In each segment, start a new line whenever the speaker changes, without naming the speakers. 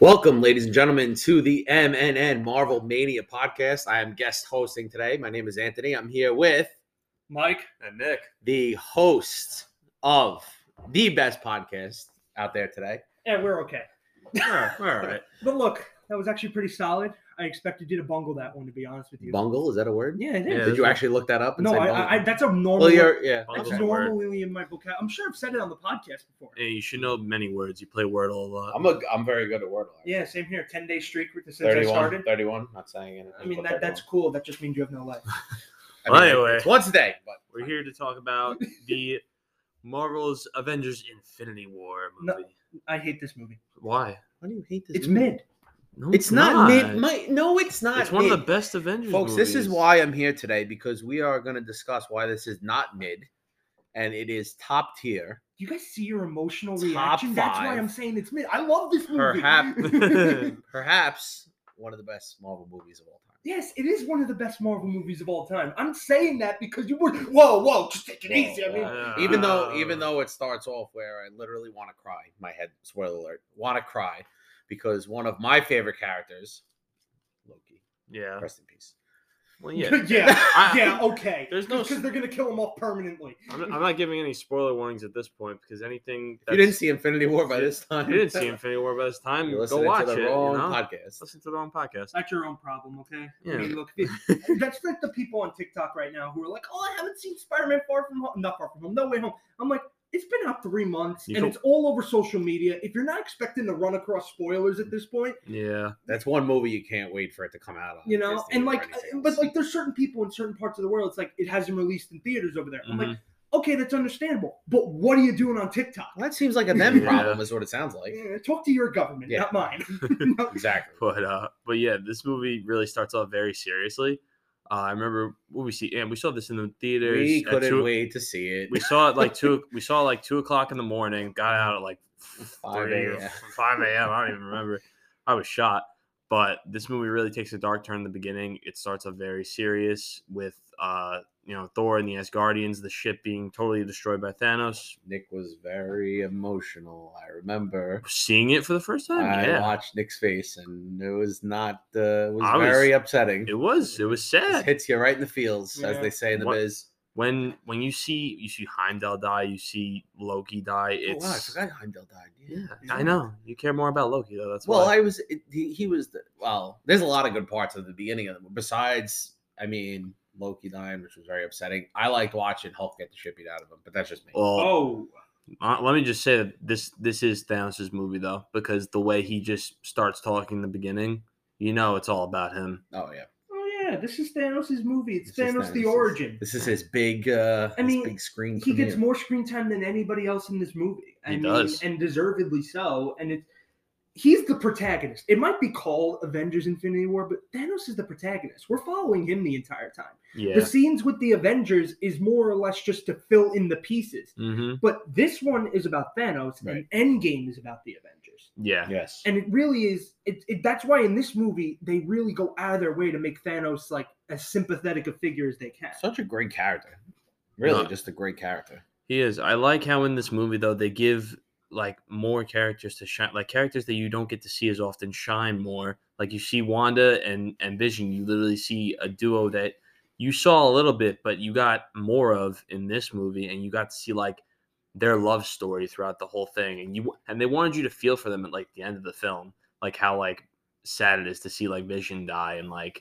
Welcome, ladies and gentlemen, to the MNN Marvel Mania podcast. I am guest hosting today. My name is Anthony. I'm here with
Mike
and Nick.
the host of the best podcast out there today.
Yeah, we're okay.
all right.
But look, that was actually pretty solid. I expected you to bungle that one, to be honest with you.
Bungle, is that a word?
Yeah, it is.
Yeah,
Did you actually look that up? And
no,
say
I,
bungle?
I, I, that's a normal.
well, you're, yeah.
that's
Okay.
normally in my vocab. I'm sure I've said it on the podcast before.
Hey, you should know many words. You play Wordle a lot.
I'm a, I'm very good at word. art.
Yeah, same here. Ten day streak with since I
31,
started.
31, not saying anything.
I mean,
but
that, that's
31.
cool. That just means you have no life.
I mean,
Anyway.
it's once a day, but
We're here to talk about the Marvel's Avengers Infinity War
No.
movie.
I hate this movie.
Why?
why do you hate this?
It's
movie?
mid.
No,
It's not mid. My, no, it's not.
It's one of
mid.
the best Avengers
folks this is
movies.
why i'm here today because we are going to discuss why this is not mid and it is top tier
Do you guys see your emotional
Top
reaction? That's why
five.
I'm saying it's mid. I love this movie.
Perhaps- perhaps one of the best marvel movies of all time
Yes, it is one of the best Marvel movies of all time. I'm saying that because you were whoa, whoa, just take it
Whoa, Uh,
easy. I mean,
Yeah.
even though even
Uh,
though it starts off where i literally want to cry my head spoiler alert want to cry because one of my favorite characters loki
yeah,
rest in peace
well, yeah.
yeah, yeah,
I-
okay.
There's no
because
s-
they're gonna kill him off permanently.
I'm, not- I'm not giving any spoiler warnings at this point because anything
if you didn't see infinity war by this time
you didn't see Infinity War by this time,
you're
go
listening
watch
to the
it. you
wrong
know?
podcast
Listen to the wrong podcast.
That's your own problem, okay?
Yeah.
I mean, look, if- that's like the people on TikTok right now who are like, "Oh, I haven't seen Spider-Man Far From Home, not Far From Home, No Way Home." I'm like, it's been out three months,
You
and
can-
it's all over social media. If you're not expecting to run across spoilers at this point,
Yeah,
that's one movie you can't wait for it to come out on
you know,
Disney
and
or
like, uh,
anything
but
else.
like, there's certain people in certain parts of the world. It's like it hasn't released in theaters over there. I'm like.
Mhm.
okay, that's understandable. But what are you doing on TikTok?
Well, that seems like a them
Yeah.
problem, is what it sounds like.
Eh, Talk to your government,
Yeah.
not mine. No.
Exactly.
But uh, but yeah, this movie really starts off very seriously. Uh, I remember what we see, and we saw this in the theaters.
We
at
couldn't
two-
wait to see it.
We saw it like two. We saw it like two o'clock in the morning. Got out at like
Mm-hmm. Five
three
a.m..
or five a.m. I don't even remember. I was shot. But this movie really takes a dark turn in the beginning. It starts off very serious with uh, you know Thor and the Asgardians, the ship being totally destroyed by Thanos.
Nick was very emotional. I remember.
Seeing it for the first time,
I
yeah,
watched Nick's face, and it was not. Uh, it was
I was-
very upsetting.
it was it was
Just
sad.
hits you right in the feels, as
Yeah.
they say in the
What-
biz.
when when you see you see Heimdall die, you see Loki die.
Oh, wow, I
It's
forgot Heimdall died. Yeah.
yeah, I know you care more about Loki though. That's
Well,
why.
I was. It, he, he was. The, well, there's a lot of good parts of the beginning of the besides. I mean, Loki dying, which was very upsetting. I liked watching Hulk get the shit beat out of him, but that's just me.
Well,
Oh,
uh, let me just say that this this is Thanos' movie though, because the way he just starts talking in the beginning, you know, it's all about him.
oh yeah.
oh yeah, this is Thanos' movie. It's
This is
Thanos, the
Thanos'-
origin.
This is his big. uh
I
his
mean,
big screen.
He gets
premiere.
more screen time than anybody else in this movie. I
He
mean,
does.
and deservedly so. And it's he's the protagonist. It might be called Avengers: Infinity War, but Thanos is the protagonist. We're following him the entire time.
Yeah.
The scenes with the Avengers is more or less just to fill in the pieces.
Mm-hmm.
But this one is about Thanos,
Right.
and Endgame is about the Avengers.
Yeah.
Yes.
and it really is it, it that's why in this movie they really go out of their way to make thanos like as sympathetic a figure as they can
Such a great character. Really,
No.
just a great character.
He is. I like how in this movie though they give like more characters to shine, like characters that you don't get to see as often shine more. Like you see Wanda and and Vision, you literally see a duo that you saw a little bit, but you got more of in this movie, and you got to see like their love story throughout the whole thing, and you and they wanted you to feel for them at like the end of the film, like how like sad it is to see like Vision die, and like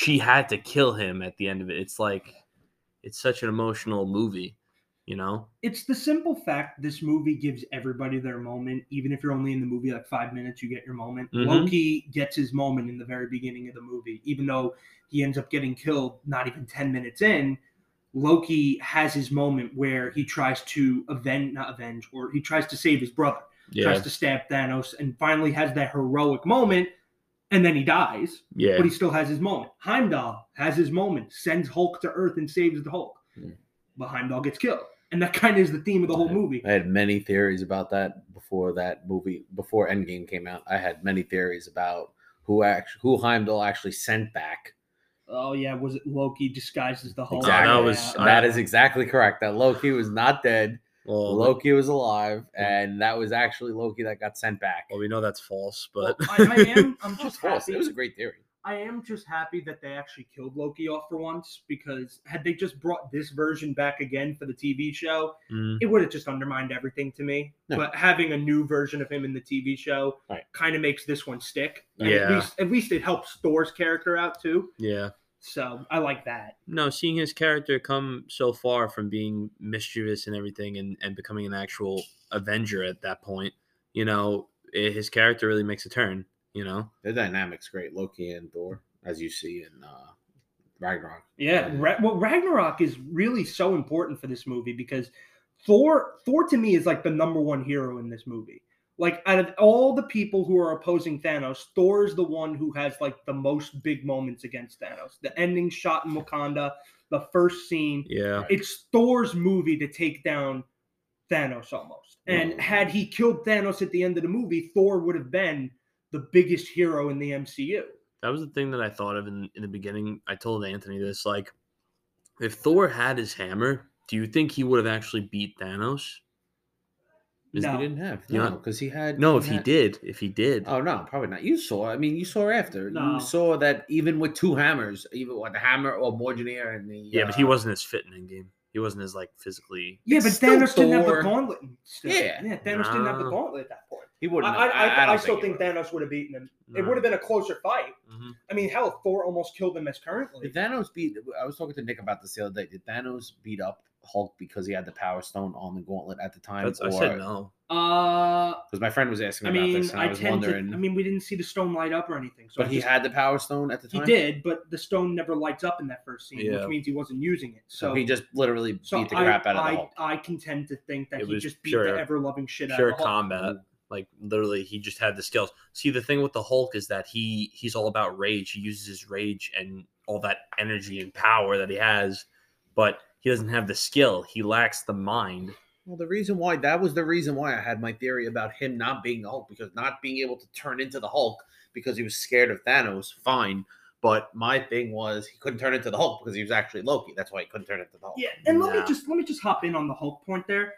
she had to kill him at the end of it. It's like it's such an emotional movie, you know.
it's the simple fact this movie gives everybody their moment even if you're only in the movie like five minutes you get your moment
Mhm.
loki gets his moment in the very beginning of the movie even though he ends up getting killed not even 10 minutes in loki has his moment where he tries to avenge not avenge or he tries to save his brother tries to stab thanos and finally has that heroic moment and then he dies
yeah.
but he still has his moment. Heimdall has his moment, sends Hulk to Earth and saves the Hulk.
Mm.
But Heimdall gets killed. And that kind of is the theme of the whole movie.
I had many theories about that before that movie, before Endgame came out. I had many theories about who actually, who Heimdall actually sent back.
Oh, yeah, was it Loki disguised as the Hulk?
Exactly.
uh,
Yeah.
that Oh, was-
that is exactly correct. That Loki was not dead.
Well,
Loki was alive, and that was actually Loki that got sent back.
well, we know that's false, but
Well, I, I am. I'm
It was
just
false.
happy.
It was a great theory.
I am just happy that they actually killed Loki off for once because had they just brought this version back again for the TV show,
Mm,
it would have just undermined everything to me.
No.
But having a new version of him in the TV show
Right.
kind of makes this one stick. And At
Yeah.
least, at least it helps Thor's character out too.
yeah.
So I like that.
No, seeing his character come so far from being mischievous and everything and, and becoming an actual Avenger at that point, you know, i his character really makes a turn, you know?
The dynamics great. Loki and Thor, as you see in uh, Ragnarok.
Yeah, Ra- well, Ragnarok is really so important for this movie because Thor, Thor to me is like the number one hero in this movie. Like out of all the people who are opposing Thanos, Thor is the one who has like the most big moments against Thanos. The ending shot in Wakanda, the first scene.
Yeah.
It's Thor's movie to take down Thanos almost. And
Mhm.
had he killed Thanos at the end of the movie, Thor would have been the biggest hero in the MCU.
That was the thing that I thought of in, in the beginning. I told Anthony this like, if Thor had his hammer, do you think he would have actually beat Thanos?
Because
No.
He didn't have.
Yeah.
No, because he had.
No, if he
had-
did, if he did.
Oh no, probably not. You saw. I mean, you saw after.
No.
You saw that even with two hammers, even with the hammer or Morgineer and the.
yeah, but he
uh,
wasn't as fit in Endgame. He wasn't as like physically.
Yeah, but
It's still
Thanos didn't have the
Thor.
gauntlet. and stuff.
Yeah.
yeah, Thanos didn't have the
No.
gauntlet at that point.
He
I,
wouldn't.
I,
have-
I, I,
don't
still
he
think
would've.
Thanos would have beaten him. It would have been a closer fight.
Mhm.
I mean, hell, Thor almost killed him as currently.
Did Thanos beat? I was talking to Nick about this the other day. Did Thanos beat up Hulk because he had the Power Stone on the gauntlet at the time?
That's, I said no.
Uh,
Because my friend was asking
I
me about
mean,
this, and I,
I
was
tend to. I
wondering.
mean, we didn't see the stone light up or anything. So
but
I
he
just-
had the Power Stone at the
He
time.
did, but the stone never lights up in that first scene,
Yeah.
which means he wasn't using it.
So
So
he just literally
so
beat the
I,
crap out of
I,
the Hulk.
I contend to think that
It
he
was
just beat
pure-
the ever loving shit out
Pure
of the Hulk.
combat. Like literally, he just had the skills. See, the thing with the Hulk is that he he's all about rage. He uses his rage and all that energy and power that he has, but he doesn't have the skill. He lacks the mind.
Well, the reason why that was the reason why I had my theory about him not being the Hulk because not being able to turn into the Hulk because he was scared of Thanos. Fine, but my thing was he couldn't turn into the Hulk because he was actually Loki. That's why he couldn't turn into the Hulk.
Yeah, and let me
Nah.
just let me just hop in on the Hulk point there.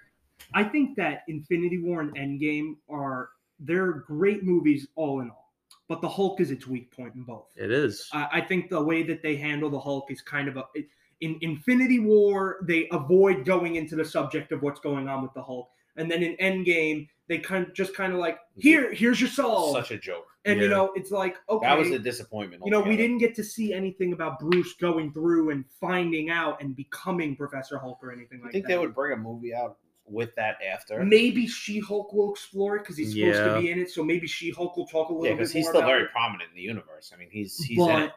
I think that Infinity War and Endgame are they're great movies all in all, but the Hulk is its weak point in both.
It is.
I, I think the way that they handle the Hulk is kind of a it- in Infinity War they avoid going into the subject of what's going on with the Hulk, and then in Endgame they kind of just kind of like here here's your soul,
Such a joke.
and you
yeah.
know it's like oh, okay
That was a disappointment.
you know, we
altogether.
didn't get to see anything about Bruce going through and finding out and becoming Professor Hulk or anything
I
like
think
that.
they would bring a movie out with that after.
Maybe She Hulk will explore it because he's supposed to
Yeah.
be in it. So maybe She Hulk will talk a little
Yeah,
bit
because he's
more
still
about
very
it.
prominent in the universe. I mean, he's he's in it.
But uh,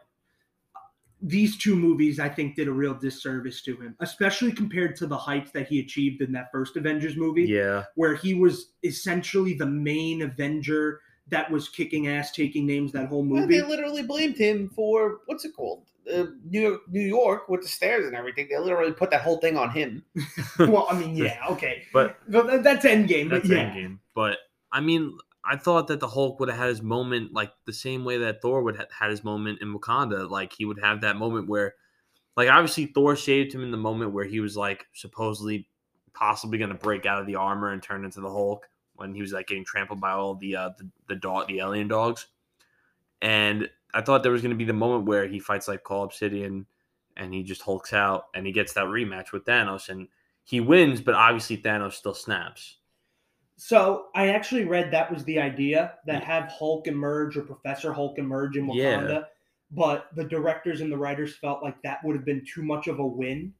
these two movies, I think, did a real disservice to him, especially compared to the heights that he achieved in that first Avengers movie,
yeah,
where he was essentially the main Avenger that was kicking ass, taking names that whole
Well,
movie.
they literally blamed him for what's it called, uh, New York, New York with the stairs and everything. They literally put that whole thing on him.
well, I mean, yeah, okay,
but
but that- that's Endgame.
that's
but yeah.
Endgame. But I mean, I thought that the Hulk would have had his moment like the same way that Thor would have had his moment in Wakanda. Like he would have that moment where, like, obviously Thor saved him in the moment where he was like supposedly, possibly going to break out of the armor and turn into the Hulk when he was like getting trampled by all the uh, the, the dog, the alien dogs, and I thought there was going to be the moment where he fights like Call Obsidian. And he just hulks out, and he gets that rematch with Thanos, and he wins. But obviously, Thanos still snaps.
So I actually read that was the idea that have Hulk emerge or Professor Hulk emerge in
Yeah.
Wakanda, but the directors and the writers felt like that would have been too much of a win,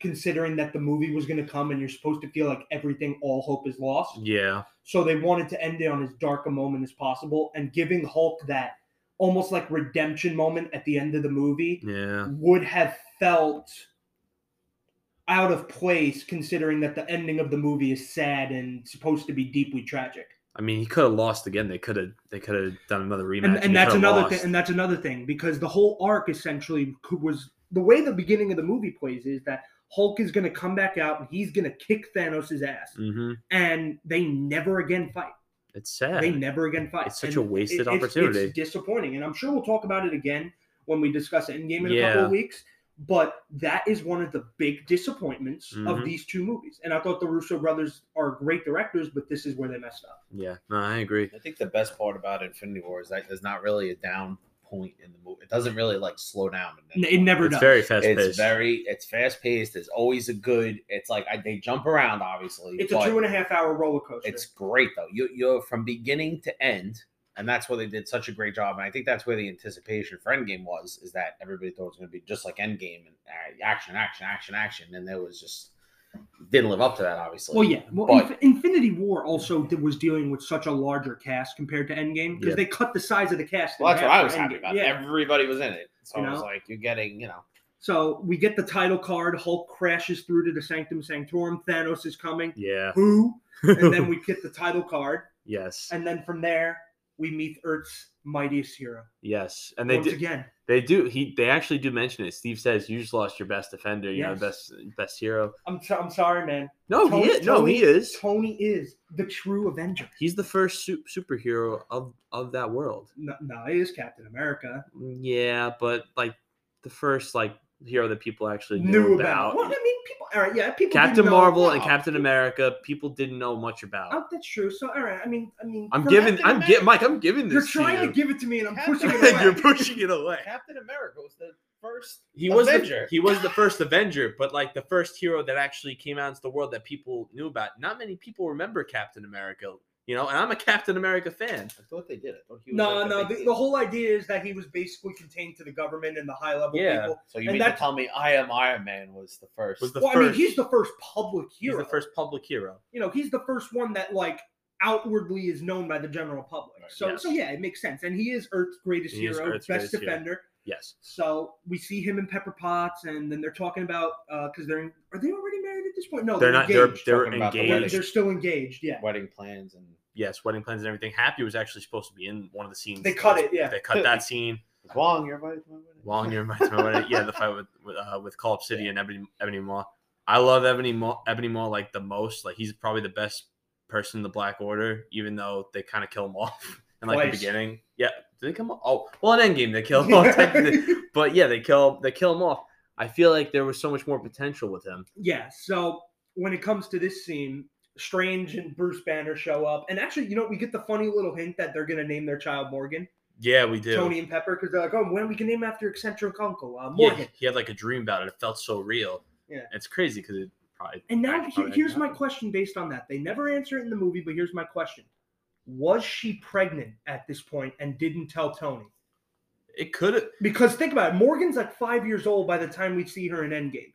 considering that the movie was going to come and you're supposed to feel like everything, all hope is lost.
Yeah,
So they wanted to end it on as dark a moment as possible and giving Hulk that almost like redemption moment at the end of the movie
Yeah.
would have felt out of place considering that the ending of the movie is sad and supposed to be deeply tragic.
I mean, he could have lost again. They could have. They could have done another rematch.
And,
he
and that's
coulda
another
lost.
thing and that's another thing because the whole arc essentially could- was the way the beginning of the movie plays is that Hulk is going to come back out and he's going to kick Thanos' ass
Mhm.
and they never again fight.
It's sad.
They never again fight.
It's such
And
a wasted
it's-
opportunity.
It's disappointing and I'm sure we'll talk about it again when we discuss Endgame in a couple
Yeah.
of weeks, But that is one of the big disappointments of
Mm-hmm.
Mhm.
these two movies. And I thought the Russo brothers are great directors, but this is where they messed up.
Yeah, no, I agree.
I think the best part about Infinity War is that there's not really a down point in the movie. It doesn't really like slow down.
N- It never
It's
does.
very fast
it's
paced.
very it's fast paced. There's always a good. It's like I, they jump around obviously.
it's a
but
two and a half hour roller coaster.
It's great though. You, you're from beginning to end, and that's where they did such a great job. And I think that's where the anticipation for Endgame was, is that everybody thought it was going to be just like Endgame and uh, action, action, action, action, and there was just didn't live up to that obviously.
well, yeah. Well,
but-
Inf- Infinity War also did, was dealing with such a larger cast compared to Endgame because
Yeah.
they cut the size of the cast. in
Well, that's
half
what I
for
was happy
Endgame.
about.
Yeah.
Everybody was in it, so
You
I was
know?
like, you're getting, you know,
So we get the title card. Hulk crashes through to the Sanctum Sanctorum. Thanos is coming.
Yeah.
Who? And then we get the title card.
yes.
And then from there, we meet Earth's mightiest hero.
yes. And they
Once
did.
again,
They do. He. They actually do mention it. Steve says, "You just lost your best defender. You know,
Yes.
best best hero."
I'm, so- I'm sorry, man.
No,
Tony-
he is. No, he is.
Tony is the true Avenger.
He's the first su- superhero of of that world.
No, no, it is Captain America.
Yeah, but like the first like hero that people actually knew,
Knew
about.
about. Well, I mean, people. All right, yeah, people. didn't
Captain
know-
Marvel and
no.
Captain America, people didn't know much about.
Oh, that's true. So, all right. I mean, I mean,
I'm
from
giving.
Captain
I'm get
America-
Mike. I'm giving
You're
this.
trying to
to
give it to me, and I'm
Captain
pushing
you.
it away.
You're pushing it away.
Captain America was the first.
He was the,
Avenger.
he was the first Avenger, but like the first hero that actually came out into the world that people knew about. Not many people remember Captain America, you know. And I'm a Captain America fan.
I thought they did. I thought he was
No,
like,
no.
big
The,
deal.
the whole idea is that he was basically contained to the government and the high level
Yeah.
people.
So you
and
mean to
that's-
tell me I am Iron Man was the first?
Was the
well, I mean,
first.
he's the first public
he's
hero.
the first public hero.
You know, he's the first one that like outwardly is known by the general public.
Right,
So,
yes.
so yeah, it makes sense. And he is Earth's greatest
He is
hero,
Earth's
best
greatest hero.
defender.
Yes.
So we see him and Pepper Potts, and then they're talking about because they're in, are they already married at this point? No,
they're
they're,
not.
engaged.
They're they're
Talking about the
They're-
wedding.
engaged.
they're still engaged. Yeah.
wedding plans and
yes, wedding plans and everything. Happy was actually supposed to be in one of the scenes.
They cut it, yeah.
They cut that scene.
It's Wong, you're invited to my wedding.
Long year reminds me of it. Yeah, the fight with with, uh, with Call Obsidian and Ebony, Ebony Maw. I love Ebony Maw, Ebony Maw like the most. Like he's probably the best person in the Black Order, even though they kind of kill him off in like the
Twice.
beginning. Yeah, did they come? Off? Oh, well, in Endgame they kill him off, technically. but yeah, they kill they kill him off. I feel like there was so much more potential with him.
Yeah. So when it comes to this scene, Strange and Bruce Banner show up, and actually, you know, we get the funny little hint that they're gonna name their child Morgan,
Yeah, we did.
Tony and Pepper, because they're like, oh, when we can name after eccentric uncle uh,
yeah,
Morgan.
he had like a dream about it. It felt so real.
Yeah.
it's crazy because it probably.
And now
probably
he-
hadn't
here's my
happened.
question based on that. They never answer it in the movie, but here's my question: Was she pregnant at this point and didn't tell Tony?
It could have.
Because think about it, Morgan's like five years old by the time we see her in Endgame.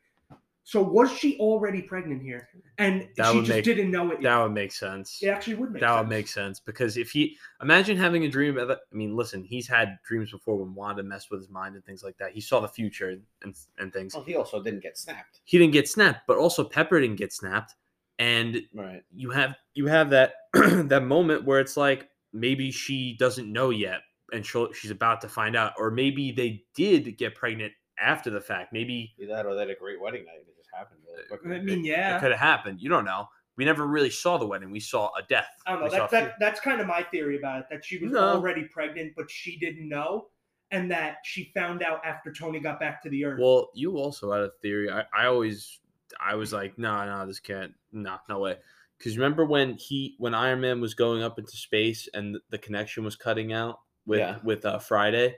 So was she already pregnant here? And
That
she
would
just
make-
didn't know it.
That
Yet.
would make sense.
It actually would make
that
sense.
would make sense because if he imagine having a dream about i mean listen he's had dreams before when wanda messed with his mind and things like that he saw the future and, and things
Oh.
Well, he also didn't get snapped.
he didn't get snapped but also pepper didn't get snapped and
Right.
you have you have that that moment where it's like maybe she doesn't know yet and she'll, she's about to find out or maybe they did get pregnant after the fact maybe
Either that or they had a great wedding night. It just happened really quickly.
I mean,
it
yeah.
could have happened you don't know we never really saw the wedding we saw a death
I don't know.
We
That,
saw a few-
that, that's kind of my theory about it that she was
No.
already pregnant, but she didn't know. And that she found out after Tony got back to the earth.
Well, you also had a theory. I, I always, I was like, no, no, this can't, no, no way. Because remember when he, when Iron Man was going up into space and th- the connection was cutting out with
Yeah.
with uh, Friday,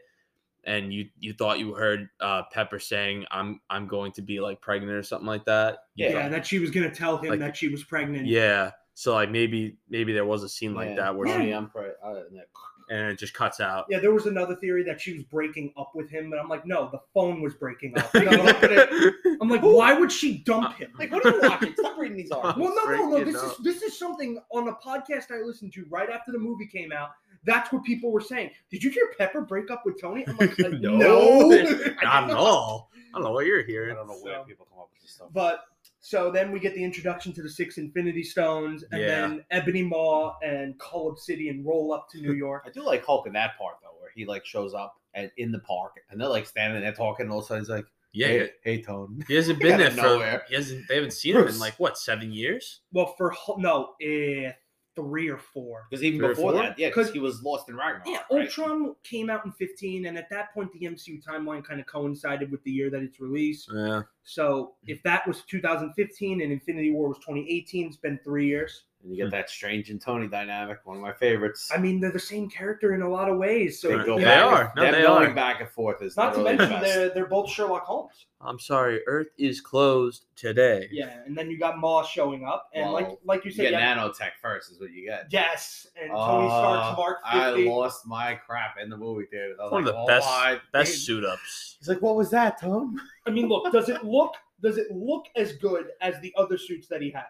and you you thought you heard uh, Pepper saying, "I'm I'm going to be like pregnant or something like that." You
yeah,
yeah.
that she was going to tell him
Like-
that she was
thought-
pregnant.
yeah. So like maybe maybe there was a scene like that where
Tony,
she,
I'm pre- uh, and that-
and it just cuts out.
Yeah, there was another theory that she was breaking up with him, but I'm like, no, the phone was breaking up. I'm like, why would she dump him?
Like, what are you watching? Stop reading these articles.
Well, no, no, no.
Freaking
This is
up.
this is something on a podcast I listened to right after the movie came out. That's what people were saying. Did you hear Pepper break up with Tony? I'm like, uh,
No.
no,
Not at all. I don't know what you're
I
hearing.
don't know where
So-
people come up with this stuff.
But so then we get the introduction to the six Infinity Stones, and
Yeah.
then Ebony Maw and Cull Obsidian roll up to New York.
I do like Hulk in that part though, where he like shows up at, in the park and they're like standing there talking. And all of a sudden, he's like,
yeah.
hey, hey, Tone."
He hasn't
He
been
got
there
out of
for
nowhere.
he hasn't. They haven't seen him
Bruce.
in like what seven years.
Well, for Hul- no, eh, three or four.
Because even
Three or
before
four?
that, yeah, because he was lost in Ragnarok.
Yeah,
right?
Ultron came out in 15, and at that point, the MCU timeline kind of coincided with the year that it's released.
Yeah,
So if that was 2015 and Infinity War was 2018, it's been three years.
And you get that Strange and Tony dynamic, one of my favorites.
I mean, they're the same character in a lot of ways. So
They go
you know,
back and-
are. No,
them
they
going
are.
back and forth is
Not to
literally
mention
the best.
they're, they're both Sherlock Holmes.
I'm sorry. Earth is closed today.
Yeah, and then you got Maw showing up, and like
Well,
like you
You
said,
get
yeah,
nanotech first, is what you get.
yes, and Tony Stark's
Uh,
Mark
I
50.
lost my crap in the movie theater. I was
One of
like,
the
"Oh,
best
I-
best suit ups.
He's like, "What was that, Tom?"
I mean, look, does it look does it look as good as the other suits that he has?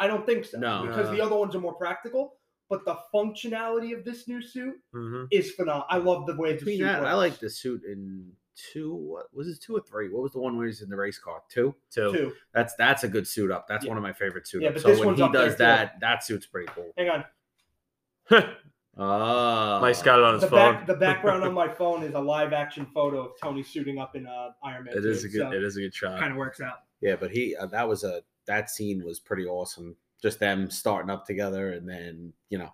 I don't think so.
No.
because
No.
the other ones are more practical. But the functionality of this new suit
hmm
is phenomenal. I love the way the
Between
suit
that, I
works.
like the suit in two. What was this? Two or three? What was the one where he's in the race car? Two.
Too.
too.
That's that's a good suit up. That's
Yeah.
one of my favorite suit
Yeah,
ups.
but
So
this
when
one's
he
up there,
does
too.
that, that suit's pretty cool.
Hang on,
Oh,
Mike's got it on his
the
phone.
back the background on my phone is a live action photo of Tony suiting up in uh, Iron Man.
It is a good.
So
it is a good shot.
kind of works out.
Yeah, but he uh, that was a that scene was pretty awesome. Just them starting up together, and then you know,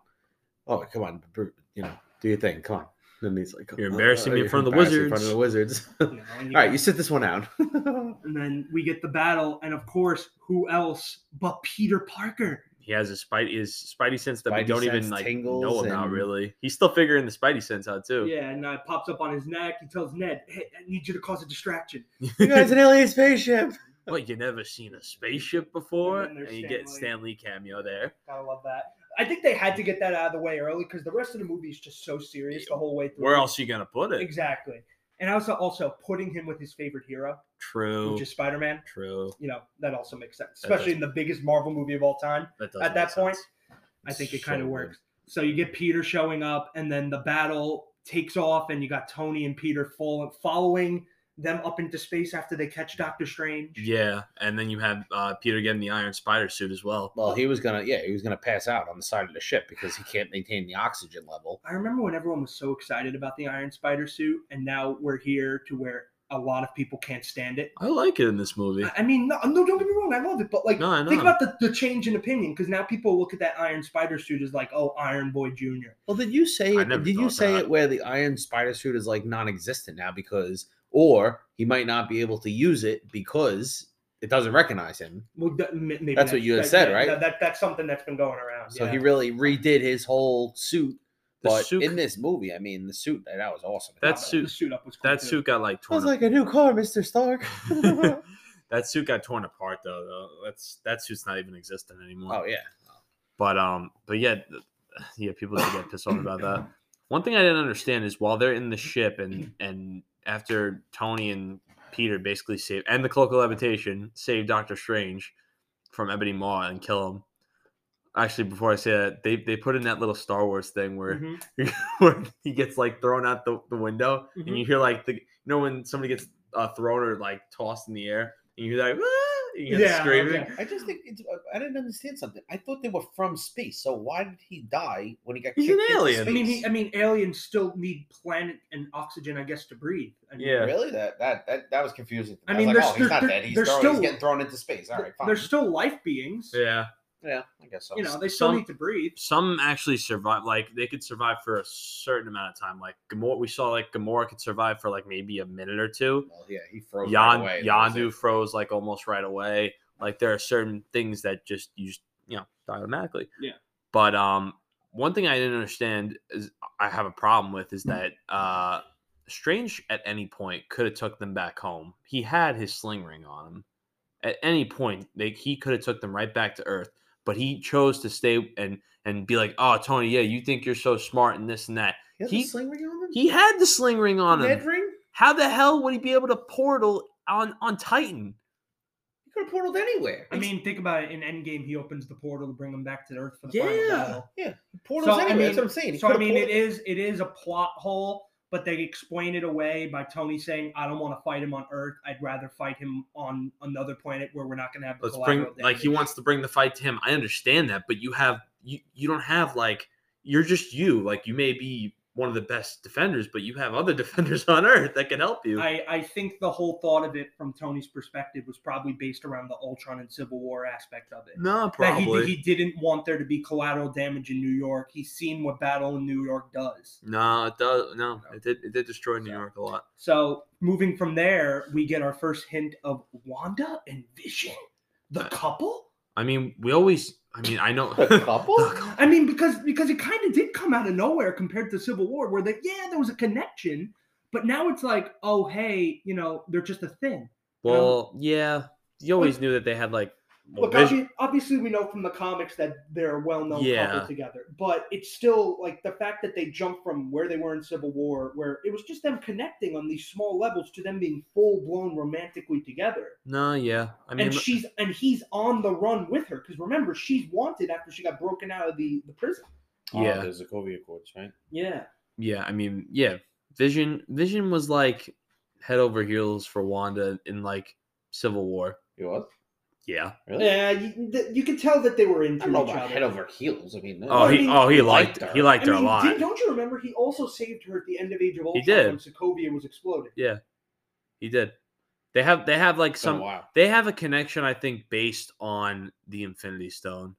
oh come on, Bru- you know, do your thing, come on. And he's like, "Oh,
You're embarrassing me in
you're
front of the
embarrassing me in front of the wizards.
You
All
know, and you
right, you sit this one out.
and then we get the battle, and of course, who else but Peter Parker?
He has a spite. His spidey sense that we
Spidey
don't even
sense
like know
tingles
about.
and-
Really, he's still figuring the spidey sense out too.
Yeah, and uh, pops up on his neck. He tells Ned, "Hey, I need you to cause a distraction."
you guys, an alien spaceship.
What you never seen a spaceship before,
And then
and,
there's
you
Stan
get
Lee.
Stan Lee cameo there.
Gotta love that. I think they had to get that out of the way early because the rest of the movie is just so serious the whole way through.
Where else you gonna put it?
Exactly. And I was also putting him with his favorite hero,
True,
which is Spider Man.
true.
You know that also makes sense,
That does.
especially in the biggest Marvel movie of all time.
That does
At
make
that point,
sense.
I think it
So
kind of
good.
works. So you get Peter showing up, and then the battle takes off, and you got Tony and Peter full following them up into space after they catch Doctor Strange.
Yeah, and then you have uh, Peter getting the Iron Spider suit as well.
Well, he was gonna, yeah, he was gonna pass out on the side of the ship because he can't maintain the oxygen level.
I remember when everyone was so excited about the Iron Spider suit, and now we're here to where a lot of people can't stand it.
I like it in this movie.
I I mean, no, no don't get me wrong, I love it, but like,
No, I know.
think about the, the change in opinion because now people look at that Iron Spider suit as like, oh, Iron Boy Junior.
Well, did you say
I
it?
never
Did you
thought
say
that.
it where the iron spider suit is like non-existent now because, or he might not be able to use it because it doesn't recognize him.
Well, that, m- maybe
That's what you had said,
yeah,
right?
That, that- that's something that's been going around.
So
yeah.
he really redid his whole suit.
The
but
suit-
in this movie, I mean, the suit that was awesome.
That
Uh, The
suit-
suit up was cool
that
too.
suit got like torn.
was like a new car, Mister Stark. oh
that suit got torn apart though. though. That's that suit's not even existent anymore.
yeah,
But um, but yeah, th- yeah, people should get pissed off about that. One thing I didn't understand is while they're in the ship and and after Tony and Peter basically save and the cloak of levitation save Doctor Strange from Ebony Maw and kill him. Actually, before I say that, they, they put in that little Star Wars thing where,
Mhm.
where he gets like thrown out the, the window,
Mhm.
and you hear like the you know when somebody gets uh, thrown or like tossed in the air, and you're like, "Ah!" and you hear
Yeah,
the screaming.
okay.
I just think it's, uh, I didn't understand something. I thought they were from space, so why did he die when he got?
He's an
kicked into
alien.
I mean, he,
space?
I mean, aliens still need planet and oxygen, I guess, to breathe. I mean,
Yeah.
Really? That that that, that was confusing.
I
I,
mean,
mean, was like,
there's-
oh, he's not
there-
dead. He's,
there's
throwing,
still-
he's getting thrown into space. All right, fine.
They're still life beings.
Yeah,
yeah, I guess so.
You know, they still
Some-
need to breathe.
some actually survive. Like they could survive for a certain amount of time. Like Gamora, we saw like Gamora could survive for like maybe a minute or two.
well, yeah, he froze
Yan-
right away. That was
Yandu
it.
froze like almost right away. Like there are certain things that just you just you know die automatically.
Yeah.
But um, one thing I didn't understand is I have a problem with is that uh, Strange at any point could have took them back home. He had his sling ring on him. At any point, they, he could have took them right back to Earth, but he chose to stay and and be like, "Oh, Tony, yeah, you think you're so smart and this and that."
He had
He-
the sling ring on him.
He had the sling ring on him.
Ned ring.
How the hell would he be able to portal on on Titan?
He could have portaled anywhere.
I mean, think about it. In Endgame, he opens the portal to bring them back to Earth for the final
Yeah.
battle.
He portals
So, I
anywhere.
mean-
That's what I'm saying. He
So I
coulda
mean, it
portaled-
is it is a plot hole, but they explain it away by Tony saying, "I don't want to fight him on Earth. I'd rather fight him on another planet where we're not going to have the
Let's bring
collateral
like he
damage."
wants to bring the fight to him. I understand that, but you have you you don't have like you're just you. Like you may be one of the best defenders, but you have other defenders on earth that can help you.
I, I think the whole thought of it from Tony's perspective was probably based around the Ultron and Civil War aspect of it.
no,
That
probably.
he, he didn't want there to be collateral damage in New York. He's seen what battle in New York does.
no, it does. No, it did. It did destroy New
So-
York a lot.
So moving from there, we get our first hint of Wanda and Vision, the
Uh,
couple.
I mean, we always. I mean, I know.
A couple?
I mean, because because it kind of did come out of nowhere compared to Civil War, where they yeah there was a connection, but now it's like oh hey you know they're just a thing.
well, yeah. You always knew that they had like. well,
Look,
Vision-
obvi- obviously we know from the comics that they're a well-known
Yeah.
couple together, but it's still like the fact that they jumped from where they were in Civil War, where it was just them connecting on these small levels, to them being full-blown romantically together.
no, yeah. I mean,
and she's and he's on the run with her because remember she's wanted after she got broken out of the the prison.
Yeah.
there's the Covey Accords, right?
Yeah,
yeah. I mean, yeah. Vision. Vision was like head over heels for Wanda in like Civil War.
It was
Yeah.
really.
yeah, you, th- you could tell that they were
I
into
don't know
each
about
other.
head over heels. I mean, no.
Oh,
I
he.
mean,
Oh, he
he
liked.
liked
Her.
her.
He liked
I
her
mean,
a lot.
didn't- don't you remember he also saved her at the end of Age of Ultron
did.
when Sokovia was exploded?
Yeah, he did. They have they have like
It's been a
some
while.
they have a connection I think based on the Infinity Stone.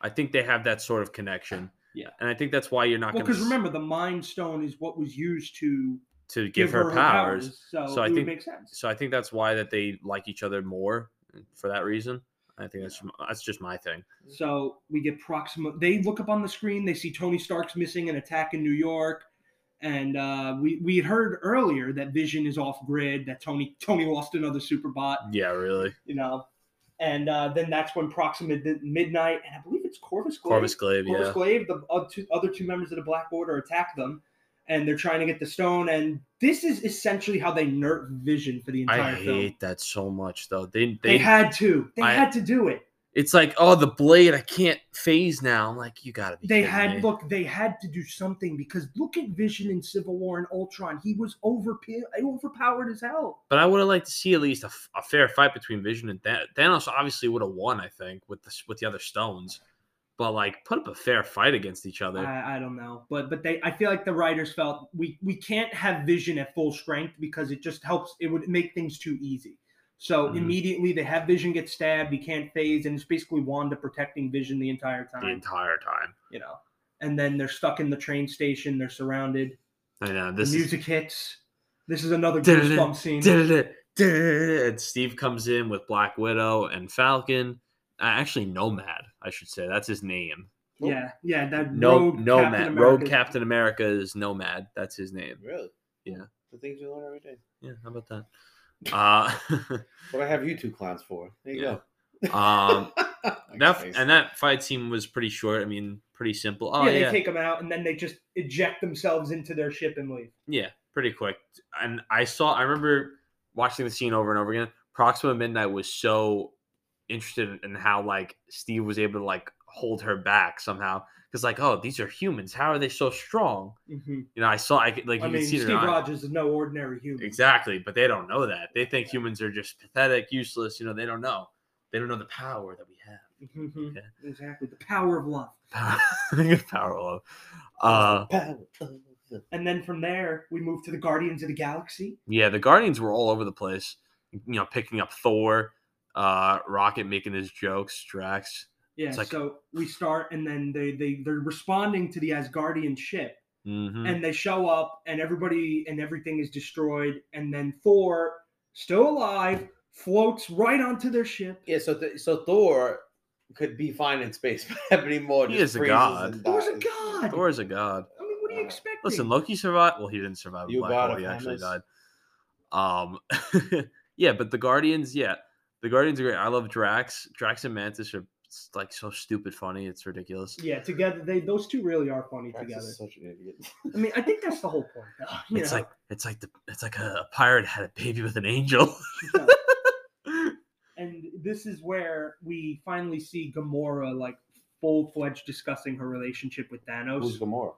I think they have that sort of connection.
Yeah.
and I think that's why you're not
Well,
going
because remember the Mind Stone is what was used to
to give, her, powers.
so,
So I
it would
think-
make sense.
So I think that's why that they like each other more for that reason. I think that's that's just my thing.
So we get Proxima. They look up on the screen. They see Tony Stark's missing an attack in New York, and uh, we we had heard earlier that Vision is off grid. That Tony Tony lost another super bot.
Yeah, really.
You know, and uh, then that's when Proxima did midnight, and I believe it's Corvus Glaive.
Corvus Glaive.
Corvus
Yeah,
Glaive. The other two, other two members of the Black Order attack them, and they're trying to get the stone. And this is essentially how they nerf Vision for the entire
I
film.
hate that so much though. They
they,
they,
had to. They
I-
had to do it.
it's like oh the blade I can't phase now. I'm like you gotta be.
They
kidding
had
me.
look. They had to do something because look at Vision in Civil War and Ultron. He was over overpowered as hell.
But I would have liked to see at least a, f- a fair fight between Vision and Than- Thanos. Obviously, would have won, I think, with the s- with the other stones. But like, put up a fair fight against each other.
I, I don't know, but but they. I feel like the writers felt we we can't have Vision at full strength because it just helps. It would make things too easy. So
Mhm.
immediately they have Vision get stabbed. He can't phase, and it's basically Wanda protecting Vision the entire
the
time.
entire time.
You know, and then they're stuck in the train station. They're surrounded.
I know
The
this is
music hits. This is another
Dun-dun-dun,
goosebump scene.
and Steve comes in with Black Widow and Falcon. Uh, actually, Nomad, I should say. That's his name.
Yeah, yeah, that
No,
rogue
Nomad.
Captain America.
Rogue Captain America is Nomad. That's his name.
Really?
Yeah.
The things you learn every day.
Yeah, how about that? Uh,
What I have you two clowns for? There you
Yeah.
go. Oh,
um, that
Nice.
and that fight scene was pretty short. I mean, pretty simple. Oh
yeah,
yeah,
they
yeah,
take them out and then they just eject themselves into their ship and leave.
pretty quick. And I saw. I remember watching the scene over and over again. Proxima Midnight was so interested in how like Steve was able to like hold her back somehow because like oh these are humans how are they so strong you know I saw I could like
Mm-hmm. I
you
mean,
can see
Steve
their eye.
Rogers is no ordinary human.
exactly but they don't know that they think humans are just pathetic useless you know they don't know they don't know the power that we have
Mhm.
Yeah.
Exactly, the power of love.
power, power of uh
Power of the-
And then from there, we move to the Guardians of the Galaxy.
Yeah, the Guardians were all over the place. You know, picking up Thor, uh, Rocket making his jokes, Drax.
Yeah,
It's like-
so we start, and then they they they're responding to the Asgardian ship,
hmm
and they show up, and everybody and everything is destroyed, and then Thor, still alive, floats right onto their ship.
Yeah, so th- so Thor could be fine in space, but anymore
He
just
is a
freezes
god.
and
Thor's a
dies.
god.
Thor is a god.
I mean, what do you
Uh,
expect?
Listen, Loki survived. Well, he didn't survive.
You
Black
got
Hole,
it,
he actually died.
Thanos.
Um, yeah, but the Guardians, yeah, the Guardians are great. I love Drax. Drax and Mantis are s- like so stupid funny. It's ridiculous.
Yeah, together they those two really are funny
Drax
together.
is such an idiot.
I mean, I think that's the whole point. Though, you
It's
know?
like it's like the it's like a pirate had a baby with an angel.
and this is where we finally see Gamora like full fledged discussing her relationship with
Who's
Thanos.
Gamora?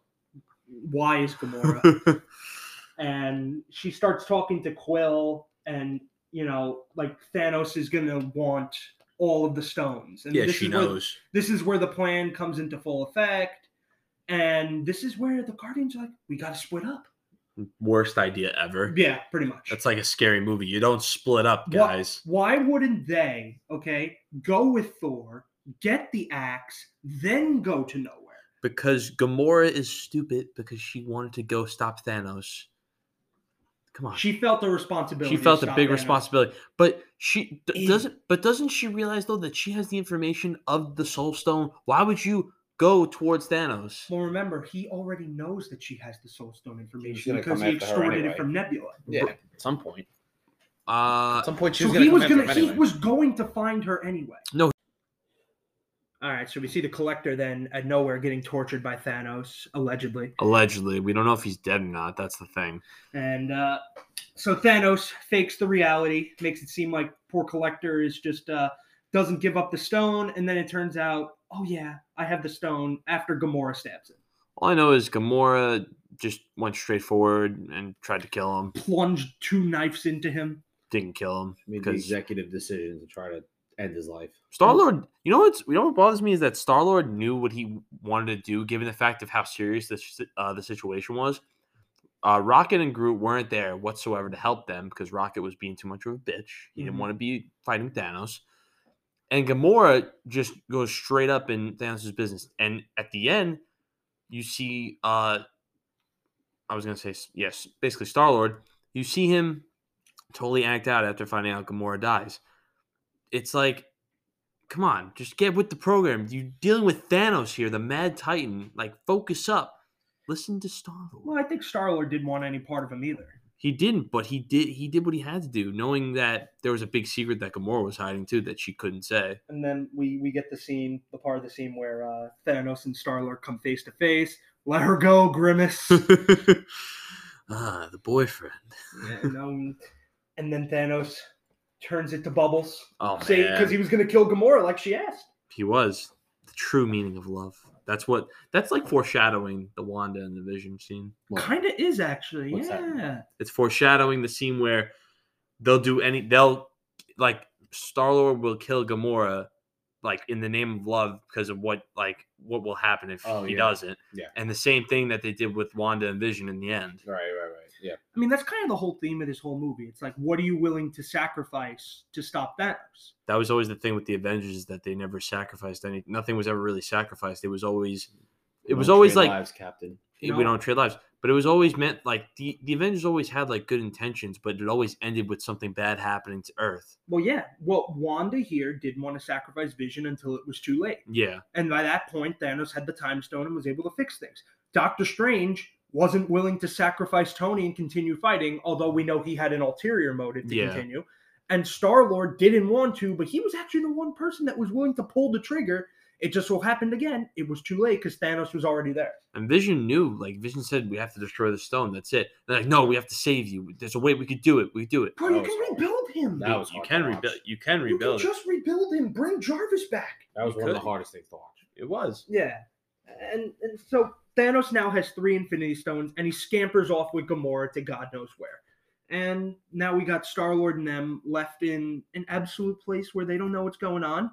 Why is Gamora? and she starts talking to Quill, and you know, like Thanos is gonna want all of the stones. And
yeah,
this
she
is where-
knows.
this is where the plan comes into full effect. And this is where the Guardians are like, we got to split up.
Worst idea ever.
Yeah, pretty much.
That's like a scary movie. You don't split up,
Wha-
guys.
Why wouldn't they, okay, go with Thor, get the axe, then go to nowhere?
Because Gamora is stupid because she wanted to go stop Thanos. Come on. She,
She felt the responsibility. to
felt a
stop
big
Thanos.
responsibility. But she d-
Ew.
doesn't but doesn't she realize though that she has the information of the soul stone? Why would you go towards Thanos?
Well, remember, he already knows that she has the Soul Stone information
gonna
because
come
he
after her
extorted
anyway.
it from Nebula.
Yeah, at some point.
Uh
At some point, she
So
was
he
going
was
to
gonna
come after him
he
anyway.
was going to find her anyway.
No.
All right, so we see the collector then at nowhere getting tortured by Thanos allegedly,
allegedly. We don't know if he's dead or not. That's the thing.
and uh, so Thanos fakes the reality, makes it seem like poor collector is just uh, doesn't give up the stone, and then it turns out, oh yeah, I have the stone. After Gamora stabs it,
All I know is Gamora just went straight forward and tried to kill him.
plunged two knives into him.
Didn't kill him.
made the
because-
executive decision to try to end his life.
Star Lord, you know what's you know what bothers me is that Star Lord knew what he wanted to do, given the fact of how serious this uh, the situation was. Uh, Rocket and Groot weren't there whatsoever to help them because Rocket was being too much of a bitch. He didn't
Mhm.
want to be fighting Thanos, and Gamora just goes straight up in Thanos' business. And at the end, you see, uh, I was gonna say s- yes, basically Star Lord. You see him totally act out after finding out Gamora dies. It's like come on, just get with the program. You're dealing with Thanos here, the Mad Titan. Like, focus up. Listen to Star Lord.
Well, I think Star Lord didn't want any part of him either.
He didn't, but he did. He did what he had to do, knowing that there was a big secret that Gamora was hiding too that she couldn't say.
and then we we get the scene, the part of the scene where uh, Thanos and Star Lord come face to face. Let her go, grimace.
ah, the boyfriend.
and, um, and then Thanos turns it to bubbles,
Oh
say because
man,
he was going to kill Gamora like she asked.
he was the true meaning of love. That's what. That's like foreshadowing the Wanda and the Vision scene.
Well,
Kind of is actually,
What's
yeah.
that?
It's foreshadowing the scene where they'll do any they'll like Star Lord will kill Gamora like in the name of love because of what like what will happen if
Oh,
he
yeah.
doesn't.
Yeah.
And the same thing that they did with Wanda and Vision in the end.
right, right, right. Yeah.
I mean, that's kind of the whole theme of this whole movie. It's like, what are you willing to sacrifice to stop Thanos?
That was always the thing with the Avengers is that they never sacrificed any nothing was ever really sacrificed. It was always it was
Don't
always
trade
like
lives, Captain.
"Hey,
No.
we don't trade lives. But it was always meant like the, the Avengers always had like good intentions, but it always ended with something bad happening to Earth.
Well, yeah. Well, Wanda here didn't want to sacrifice Vision until it was too late.
Yeah.
And by that point, Thanos had the time stone and was able to fix things. Doctor Strange wasn't willing to sacrifice Tony and continue fighting, although we know he had an ulterior motive to
Yeah.
continue. And Star Lord didn't want to, but he was actually the one person that was willing to pull the trigger. It just so happened again, it was too late because Thanos was already there.
And Vision knew, like Vision said, we have to destroy the stone. That's it. They're like, no, we have to save you. There's a way we could do it. We could do it.
Bro,
That
you
was
can
hard.
rebuild him.
That was
you
hard
can
to watch.
rebuild. You
you
can
can
rebuild. it.
just rebuild him. Bring Jarvis back.
That was
You
one of the
could.
hardest things to watch.
It was.
Yeah. And, and so Thanos now has three Infinity Stones and he scampers off with Gamora to God knows where. And now we got Star Lord and them left in an absolute place where they don't know what's going on.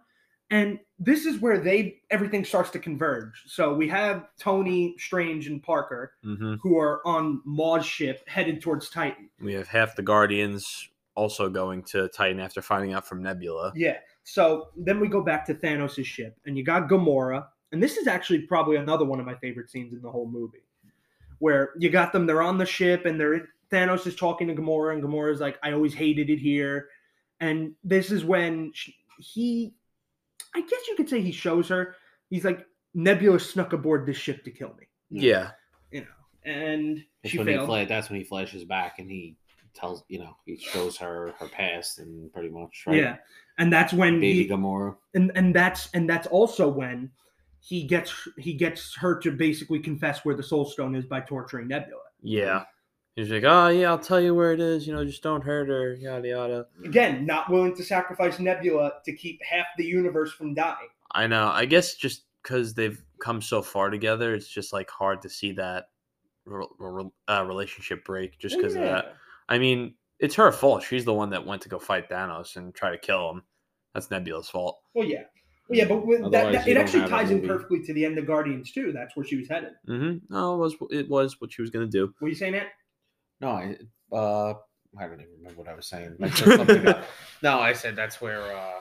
And this is where they everything starts to converge. So we have Tony, Strange, and Parker
hmm
who are on Maw's ship headed towards Titan.
Mm-hmm. We have half the Guardians also going to Titan after finding out from Nebula.
Yeah. So then we go back to Thanos' ship, and you got Gamora. And this is actually probably another one of my favorite scenes in the whole movie, where you got them, they're on the ship, and they're Thanos is talking to Gamora, and Gamora's like, I always hated it here. And this is when sh he, I guess you could say he shows her, he's like, Nebula snuck aboard this ship to kill me.
Yeah.
You know, and
That's
she
when He
failed.
fla- that's when he flashes back and he tells, you know, he shows her her past and pretty much, right?
Yeah. And that's when
Baby
he,
Gamora.
and and that's and that's also when he gets he gets her to basically confess where the soul stone is by torturing nebula
Yeah. He's like, oh yeah, I'll tell you where it is. You know, just don't hurt her. Yada yada.
again not willing to sacrifice nebula to keep half the universe from dying
I know. I guess just because they've come so far together, it's just like hard to see that re- re- uh, relationship break just because of that. I mean, it's her fault. She's the one that went to go fight Thanos and try to kill him. That's Nebula's fault.
well yeah Yeah, but with that,
Otherwise,
that-
you
it
don't
actually
have a
ties in
movie.
perfectly to the end of Guardians too. That's where she was headed.
Mm-hmm. No, it was it was what she was gonna do.
Were you saying that?
No, I uh, I don't even remember what I was saying. I said something about- no, I said that's where uh,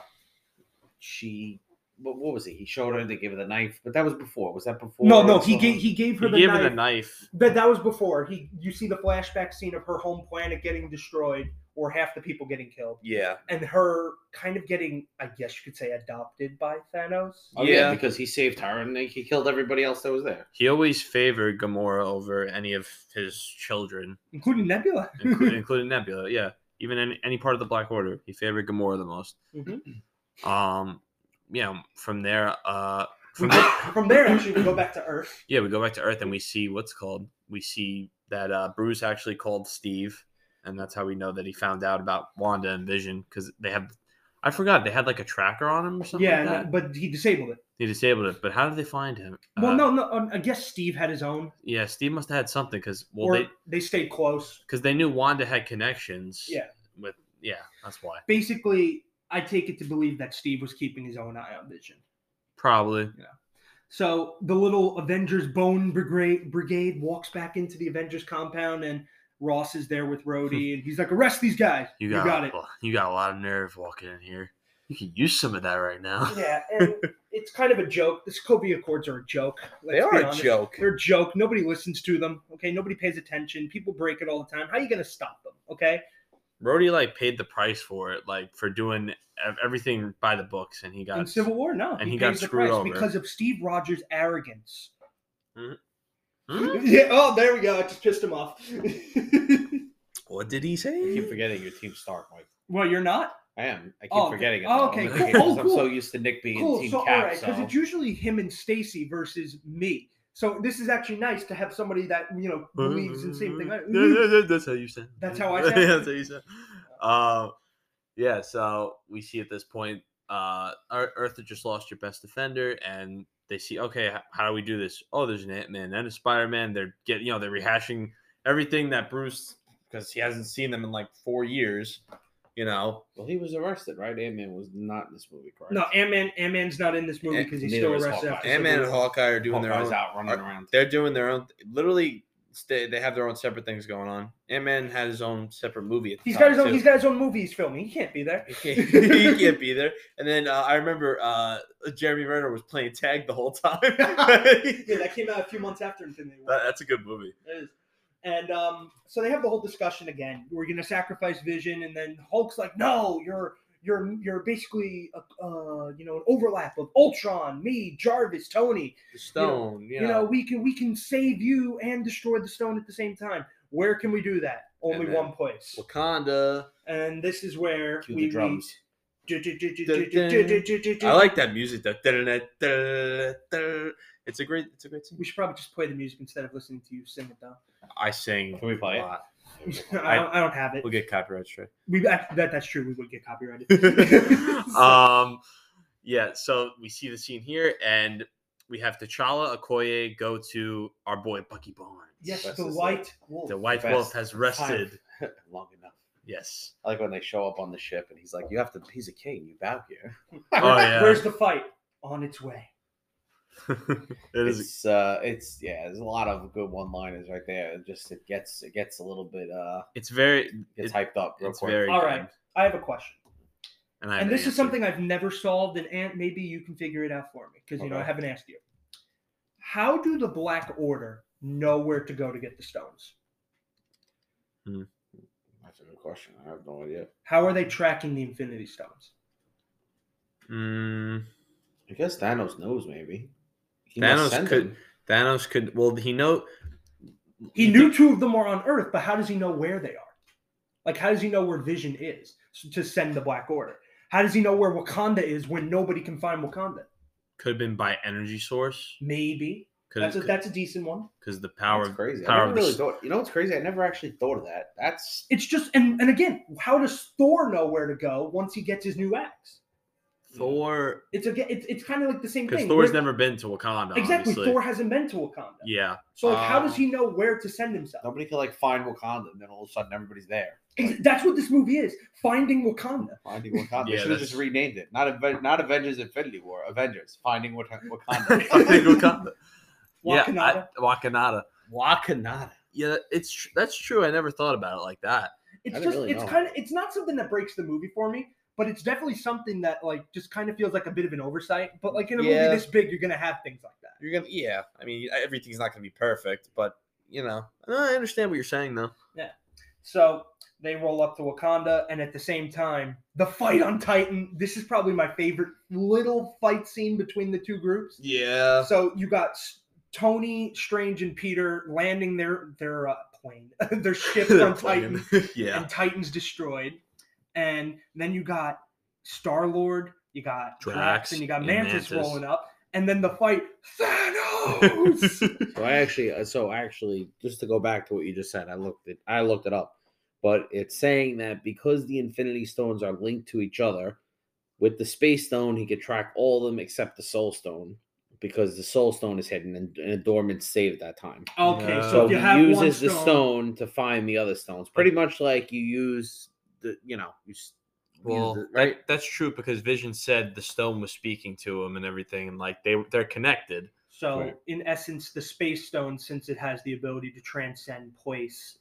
she. What, what was it? He showed her. They gave her the knife, but that was before. Was that before?
No, no, he
So-
gave he gave her
He
the
gave
knife.
her the knife.
But that was before he. You see the flashback scene of her home planet getting destroyed, or half the people getting killed,
Yeah,
and her kind of getting, I guess you could say, adopted by Thanos.
Oh, yeah,
Yeah.
because he saved her and then he killed everybody else that was there.
He always favored Gamora over any of his children,
including Nebula.
including, including Nebula. Yeah, even in any part of the Black Order, he favored Gamora the most. Um, yeah. From there, uh, from there,
From there, actually, we go back to Earth.
yeah, we go back to Earth and we see what's called. We see that uh, Bruce actually called Steve, and that's how we know that he found out about Wanda and Vision because they have. I forgot they had like a tracker on him or something.
yeah,
like that.
and- uh, but he disabled it.
He disabled it, but how did they find him?
Well,
Uh,
no, no. um, I guess Steve had his own,
Yeah, Steve must have had something because well
or
they
they, stayed close.
because they knew Wanda had connections.
Yeah.
With yeah, that's why
Basically, I take it to believe that Steve was keeping his own eye on Vision.
probably.
So the little Avengers Bone Brigade, brigade walks back into the Avengers compound, and Ross is there with Rhodey, and he's like, "Arrest these guys!
Hmm. You got,
it!"
You got a lot of nerve walking in here. You could use some of that right now.
Yeah, and it's kind of a joke. The Sokovia Accords are a joke.
They
let's
are
be
a
honest.
joke.
They're a joke. Nobody listens to them. Okay, nobody pays attention. People break it all the time. How are you going to stop them? Okay,
Rhodey like paid the price for it, like for doing ev- everything by the books, and he got
in Civil War, no,
and he got
pays the
screwed
price
over.
because of Steve Rogers' arrogance.
Hmm?
yeah. Oh, there we go. I just pissed him off.
What did he
I keep
say?
forgetting your team Stark, Mike.
well, you're not
I am. I keep
Oh, okay.
forgetting it.
Oh,
though.
okay,
I'm,
cool.
thinking, 'cause
Oh,
I'm so
cool.
used to Nick being
cool.
team
So all
Cap.
right, because
so.
it's usually him and Stacy versus me. So this is actually nice to have somebody that you know
Hmm?
believes in the same thing. Mm-hmm. I-
That's how you sound.
That's how I sound?
That's how you sound. Uh, yeah. So we see at this point, uh, Ear- Earth had just lost your best defender, and they see, okay, h- how do we do this? Oh, there's an Ant Man and a Spider Man. They're getting, you know, they're rehashing everything that Bruce, because he hasn't seen them in like four years. You know,
well, he was arrested, right? Ant Man was not in this movie, correct?
No, Ant Man. Ant Man's not in this movie because he's
Neither
still
is
arrested.
Hawkeye.
after
Ant Man
Civil
and
War.
Hawkeye are doing their
Hawkeye's
own.
out running
are-
around.
They're doing their own. Literally, they they have their own separate things going on. Ant Man had his own separate movie. At the
He's
time,
got his own.
too.
He's got his own movie. He's filming. He can't be there.
he can't, he can't be there. And then uh, I remember uh, Jeremy Renner was playing tag the whole time.
Yeah, that came out a few months after Infinity War.
That- that's a good movie.
It is. And um, so they have the whole discussion again. We're gonna sacrifice Vision, and then Hulk's like, "No, you're you're you're basically a, uh, you know an overlap of Ultron, me, Jarvis, Tony.
The Stone, you
You know, we can we can save you and destroy the stone at the same time. Where can we do that? Only
then-
one place.
Wakanda.
And this is where
Cue
we
the drums.
We,
I like that music. That it's a great, it's a great
we
song.
should probably just play the music instead of listening to you sing it though.
I sing.
Can we play
a
it?
lot.
I don't, I don't have it.
We'll get copyright strike.
We that, that's true. We would get copyrighted. Uh,
um, yeah. So we see the scene here, and we have T'Challa Okoye go to our boy Bucky Barnes.
yes,
That's
the
just
white wolf.
The White
Best
Wolf has rested.
Time. Long enough.
Yes.
I like when they show up on the ship and he's like, "You have to. He's a king. You bow here."
Oh, yeah.
Where's the fight? On its way.
it is
It's uh, it's yeah. There's a lot of good one-liners right there. It just it gets it gets a little bit uh
it's very
gets
It-
hyped up real
it's
quick.
very
All
good.
right. I have a question,
and, I have
and
an
this is
answer.
something I've never solved. And Ant, maybe you can figure it out for me because you know I
Okay.
haven't asked you. How do the Black Order know where to go to get the stones?
That's a good question. I have no idea.
How are they tracking the Infinity Stones?
Mm,
I guess Thanos knows maybe. He
Thanos could-
them.
Thanos could well he know
He knew two of them were on Earth, but how does he know where they are? Like, how does he know where Vision is s- to send the Black Order? How does he know where Wakanda is when nobody can find Wakanda?
could have been by energy source
Maybe that's a,
because
that's a decent one.
the power
That's crazy. I
power
never
of the
really
s-
thought. You know what's crazy? I never actually thought of that. That's
It's just and and again, how does Thor know where to go once he gets his new axe?
Thor,
It's a it's, it's kind of like the same
because
thing.
Thor's
Where-
never been to Wakanda.
exactly.
Obviously.
Thor hasn't been to Wakanda,
Yeah.
so like, how
Um,
does he know where to send himself?
Nobody could like find Wakanda, and then all of a sudden everybody's there.
Ex- That's what this movie is: finding Wakanda.
Finding Wakanda.
Yeah,
they should have
that's-
just renamed it. Not Aven- not Avengers Infinity War. Avengers Finding Wak-
I think
Wakanda.
Wakanda. Yeah.
Wakanda.
I- Wakanada.
Wakanada.
Yeah, it's tr- that's true. I never thought about it like that.
it's
didn't
just
really
it's
know.
kind of it's not something that breaks the movie for me, but it's definitely something that like just kind of feels like a bit of an oversight. But like in a
Yeah.
movie this big, you're gonna have things like that.
You're gonna, yeah. I mean, everything's not gonna be perfect, but you know, I understand what you're saying though.
So they roll up to Wakanda, and at the same time, the fight on Titan. This is probably my favorite little fight scene between the two groups.
Yeah.
So you got S- Tony, Strange, and Peter landing their their uh, plane, their ship on Titan,
yeah.
and Titan's destroyed. And then you got Star Lord, you got Drax,
Drax
and you got
and
Mantis,
Mantis.
rolling up. And then the fight Thanos.
So I actually, uh, so actually, just to go back to what you just said, I looked it, I looked it up, but it's saying that because the Infinity Stones are linked to each other, with the Space Stone, he could track all of them except the Soul Stone, because the Soul Stone is hidden in, in a dormant state at that time.
okay,
No.
so
So
if
he
you have one
Um, uses
stone,
the stone to find the other stones, pretty much like you use the, you know, you. s- use
Well,
the-
right. that's true because Vision said the stone was speaking to him and everything, and like they they're connected.
so
Right.
in essence, the Space Stone, since it has the ability to transcend place,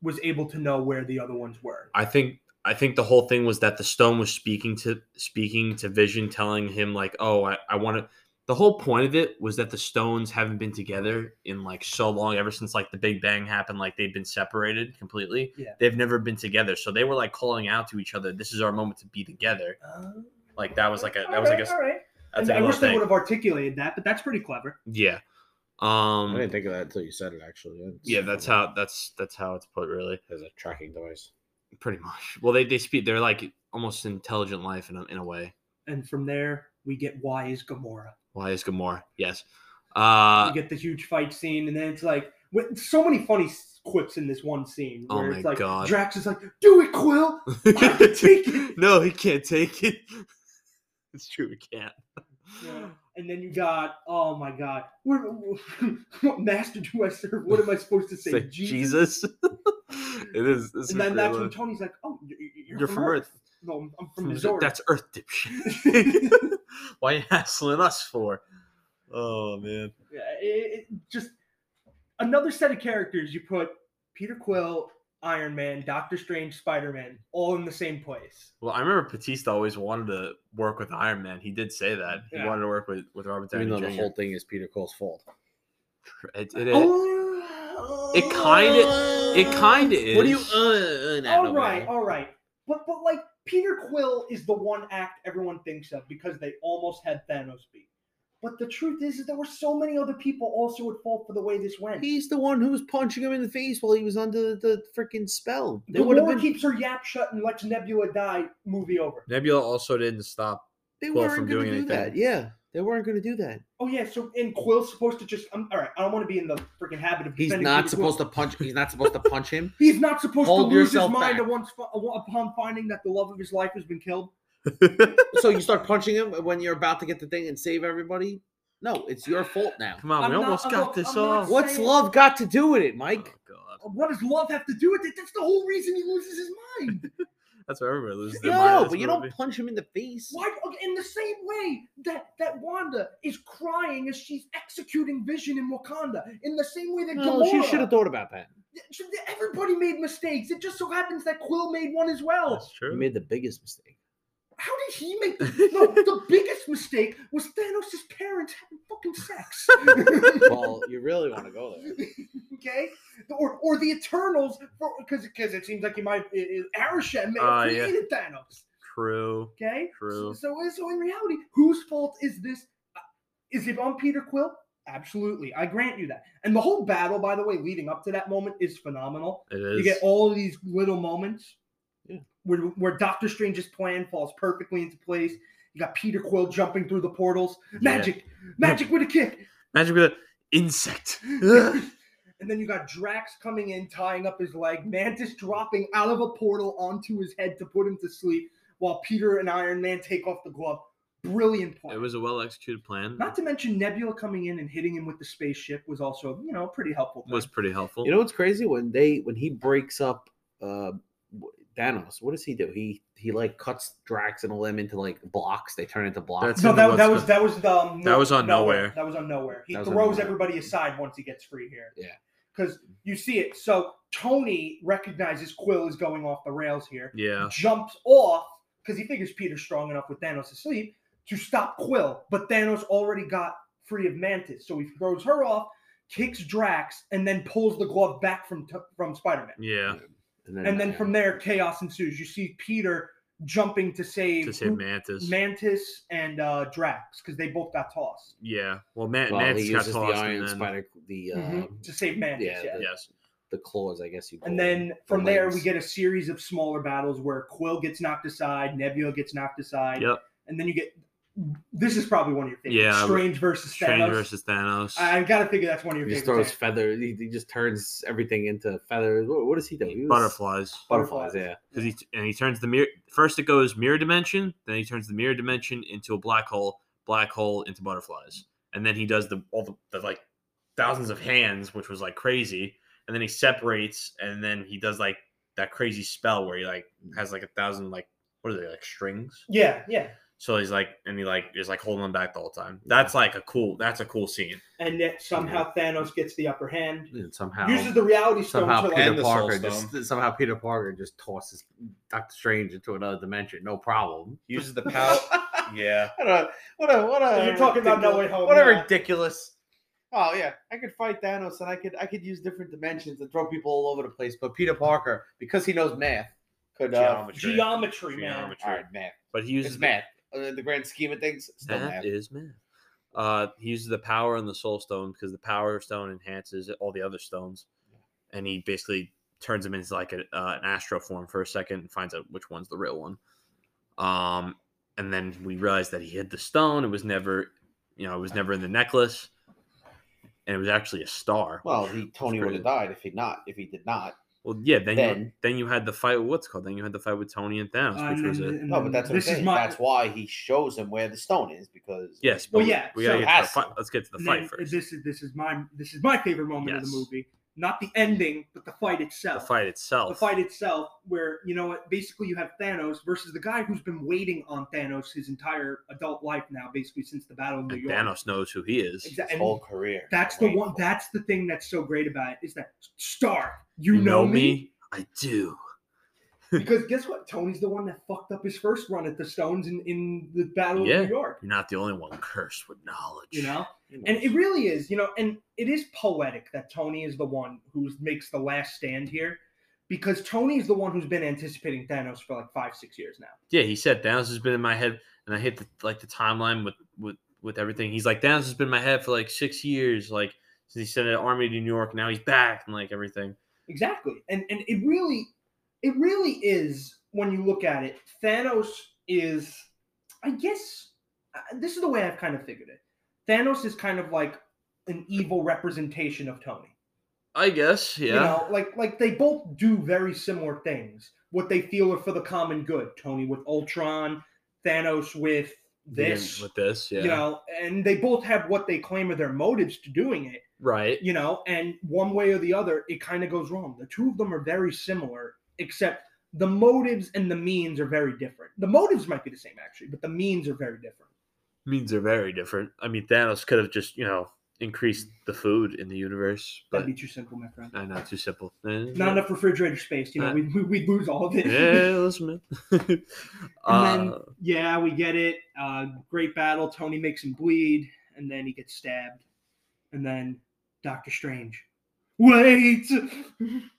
was able to know where the other ones were.
I think I think the whole thing was that the stone was speaking to speaking to Vision, telling him like, "Oh, I, I want to." The whole point of it was that the stones haven't been together in like so long, ever since like the Big Bang happened. Like they've been separated completely.
Yeah.
They've never been together, so they were like calling out to each other. This is our moment to be together. Oh. Like that was like a that was like a
all right. And
that's like
I
a
wish they would
little thing.
have articulated that, but that's pretty clever.
Yeah.
I didn't
Um.
think of that until you said it. Actually, It's-
Yeah, that's how that's that's how it's put really.
There's a tracking device.
Pretty much. Well, they they speak. They're like almost intelligent life in a, in a way.
And from there, we get why is Gamora.
Why is Gamora? Yes. Uh,
you get the huge fight scene, and then it's like with so many funny s- quips in this one scene.
Oh
Where
my
it's like
God.
Drax is like, "Do it, Quill." I can take it.
no, he can't take it. It's true, he can't.
And then you got, oh my God, what, what master do I serve? What am I supposed to say?
Say Jesus. it is. This
And
is
then that's
really-
when Tony's like, "Oh, y- y- you're,
You're
from
from
Earth."
Earth.
No, I'm, I'm from
From-
Missouri.
That's Earth dipshit. Why you hassling us for? Oh man.
Yeah, it, it, just another set of characters. You put Peter Quill, Iron Man, Doctor Strange, Spider Man, all in the same place.
Well, I remember Batista always wanted to work with Iron Man. He did say that he
Yeah.
wanted to work with with Robert Downey
Even though the
Jr.
whole thing is Peter Cole's fault.
It- it- it-
Oh,
It kinda- it kinda is.
What do you? Uh, uh, nah,
all
no
right,
way.
all right. But but like Peter Quill is the one act everyone thinks of because they almost had Thanos beat. But the truth is, is there were so many other people also at fault for the way this went.
He's the one who was punching him in the face while he was under the, freaking spell. They
The
would have
war
been.
keeps her yap shut and lets Nebula die. Movie over.
Nebula also didn't stop.
They
Quill
weren't
from
going to do
doing
that.
anything.
Yeah, they weren't going to do that.
Oh yeah. So and Quill's supposed to just. I'm all right. I don't want to be in the freaking habit of.
He's
defending
not
Peter
supposed
Quill.
to punch. He's not supposed to punch him.
He's not supposed
Hold
to lose his
yourself
mind
back.
once, uh, upon finding that the love of his life has been killed.
So you start punching him when you're about to get the thing and save everybody. No, it's your fault now.
Come on,
I'm
we
not-
almost
I'm
got
not-
this
I'm not
off.
saying-
What's love got to do with it, Mike?
Oh, God.
What does love have to do with it? That's the whole reason he loses his mind.
That's why everybody loses their mind. in
No,
this
but you
movie.
don't punch him in the face.
Why? In the same way that that Wanda is crying as she's executing Vision in Wakanda, in the same way that
No, she
Gamora,
should have thought about that.
Everybody made mistakes. It just so happens that Quill made one as well.
That's
You
true.
made the biggest mistake.
How did he make? The, no, the biggest mistake was Thanos' parents having fucking sex.
well, you really want to go there.
okay, or or the Eternals, because because it seems like he might it, it, Arishem may have
Ah, yeah.
created Thanos.
True.
Okay. So,
True.
so so in reality, whose fault is this? Uh, Is it on Peter Quill? Absolutely, I grant you that. And the whole battle, by the way, leading up to that moment is phenomenal.
It is.
You get all of these little moments
Yeah.
where where Doctor Strange's plan falls perfectly into place. You got Peter Quill jumping through the portals,
Yeah.
magic, magic with a kick.
Magic with an insect.
And then you got Drax coming in, tying up his leg, Mantis dropping out of a portal onto his head to put him to sleep, while Peter and Iron Man take off the glove. brilliant part.
It was a well executed plan.
Not to mention Nebula coming in and hitting him with the spaceship was also, you know, a pretty helpful.
was
thing.
pretty helpful.
You know what's crazy when they when he breaks up uh Thanos, what does he do? He he like cuts Drax and Lim into like blocks. They turn into blocks.
That's
no,
in the
that, that
what's
was that was the um,
That was on Nowhere.
That was on nowhere. He
That was on
throws
Nowhere.
everybody aside once he gets free here.
Yeah.
because you see it. So Tony recognizes Quill is going off the rails here.
yeah.
Jumps off because he figures Peter's strong enough with Thanos asleep to stop Quill, but Thanos already got free of Mantis, so he throws her off, kicks Drax, and then pulls the glove back from from Spider Man.
Yeah.
And then from there, chaos ensues. You see Peter jumping to save,
To say
who-
Mantis.
Mantis and uh, Drax because they both got tossed
yeah. Well, Man-
well,
Mantis
he
got
uses the
tossed.
Iron
and then,
Spider, the uh,
to save Mantis.
yeah,
yeah.
the-
Yes.
the claws, I guess you. Call
Mm-hmm. And then
them, the
from there,
legs.
we get a series of smaller battles where Quill gets knocked aside, Nebula gets knocked aside.
Yep.
And then you get this is probably one of your favorites.
Yeah,
Strange versus
Strange
Thanos.
versus Thanos.
I- I've got to figure that's one of your
He just
favorites.
throws feathers. He, he just turns everything into feathers. What, what does he do? He was-
Butterflies.
Butterflies.
Butterflies.
Yeah.
because he and he turns the mirror first it goes mirror dimension then he turns the mirror dimension into a black hole black hole into butterflies and then he does the all the, the like thousands of hands which was like crazy and then he separates and then he does like that crazy spell where he like has like a thousand like what are they like strings
yeah, yeah.
so he's like and he like is like holding them back the whole time that's like a cool that's a cool scene
And yet somehow Thanos gets the upper hand.
And somehow.
Uses the reality stone
Somehow
to
Peter
like
And the Soul
Parker
Stone.
just somehow Peter Parker just tosses Doctor Strange into another dimension, no problem.
He uses the power. yeah.
What a what a what a
You're talking about No Way Home,
What a
yeah.
ridiculous. Oh yeah, I could fight Thanos and I could I could use different dimensions and throw people all over the place. But Peter Parker, because he knows math, could uh,
geometry
geometry, man.
Geometry.
all right math.
but he
It's
uses
math. Uh, In the grand scheme of things, still math.
That is math. Uh, he uses the power on the soul stone because the power stone enhances all the other stones, and he basically turns him into like a, uh, an astro form for a second and finds out which one's the real one. Um, and then we realize that he hid the stone. It was never, you know, it was never in the necklace, and it was actually a star.
Well,
which
he
was
Tony would
pretty-
have died if he not if he did not.
Well, yeah. Then you,
then.
then you had the fight. with What's it called? Then you had the fight with Tony and Thanos,
Uh,
which
and
was
then-
a
and
No,
then
but that's what
this
I'm
is
saying.
my
that's why he shows him where the stone is because
yes.
Well,
but
yeah,
We, we
so-
gotta get to the
Has to.
fight. Let's get to the
And
fight
then
first.
This is this is my this is my favorite moment of the
Yes.
movie. Not the ending, but the fight
the
itself.
fight itself.
the fight itself, where you know what, basically you have Thanos versus the guy who's been waiting on Thanos his entire adult life now, basically since the Battle of New
And
York.
Thanos knows who he is.
Exactly.
his whole career.
That's the
Wait
one.
for it.
That's the thing that's so great about it is that Star, you, know, me,
I do.
because guess what? Tony's the one that fucked up his first run at the Stones in in the Battle
Yeah.
of New York.
You're not the only one cursed with knowledge.
You know,
You know,
and it really is. You know, and it is poetic that Tony is the one who makes the last stand here. Because Tony's the one who's been anticipating Thanos for like five, six years now.
Yeah, he said Thanos has been in my head, and I hit the, like the timeline with with with everything. He's like Thanos has been in my head for like six years, like since he sent an army to New York. Now he's back and like everything.
Exactly. And and it really it really is when you look at it, Thanos is I guess uh, this is the way I've kind of figured it. Thanos is kind of like an evil representation of Tony.
I guess, yeah.
You know, like like they both do very similar things. What they feel are for the common good. Tony with Ultron, Thanos with
He didn't-
this.
with this, yeah,
You know, and they both have what they claim are their motives to doing it
right.
you know, and one way or the other, it kind of goes wrong. The two of them are very similar, except the motives and the means are very different. The motives might be the same, actually, but the means are very different.
Means are very different. I mean, Thanos could have just you know increased the food in the universe, but
That'd be too simple, my friend.
I know too simple. Eh,
Not enough refrigerator space, you know,
Uh,
we'd, we'd lose all of it.
Yeah, listen. Man.
And
Uh,
then, yeah, we get it. Uh, great battle. Tony makes him bleed, and then he gets stabbed. And then Doctor Strange. Wait!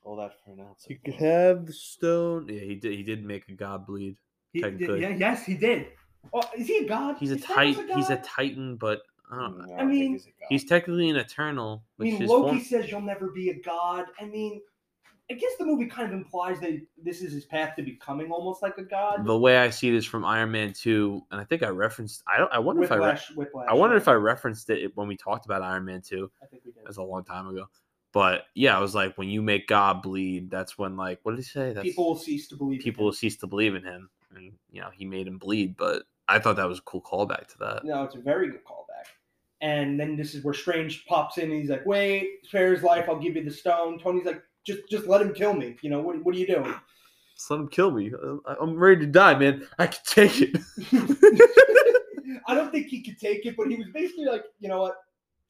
all that for an ounce.
You
of
could
gold.
have the stone. Yeah, he did. He did make a god bleed.
He did-
Technically.
yeah, yes, he did. Oh, is he a god?
He's a
Is Thanos
titan. He's a
god?
titan, but I
No,
don't know.
don't
I
think
mean,
he's a god.
He's technically an eternal,
I
which
mean,
is
Loki
form-
says you'll never be a god. I mean, I guess the movie kind of implies that this is his path to becoming almost like a god.
the way I see this from Iron Man Two, and I think I referenced. I don't. I wonder if I. Re-
Whiplash, Whiplash.
I wonder if I referenced it when we talked about Iron Man Two.
I think we did.
That's a long time ago, but yeah, I was like, when you make God bleed, that's when like, what did he say? That's
People will cease to believe. in
people
him.
will cease to believe in him, and you know he made him bleed, but I thought that was a cool callback to that.
No, it's a very good callback. And then this is where Strange pops in. And he's like, "Wait, spare his life. I'll give you the stone." Tony's like, "Just, just let him kill me. You know what? What are you doing?"
Just let him kill me. Uh, I- I'm ready to die, man. I can take it.
I don't think he could take it, but he was basically like, "You know what?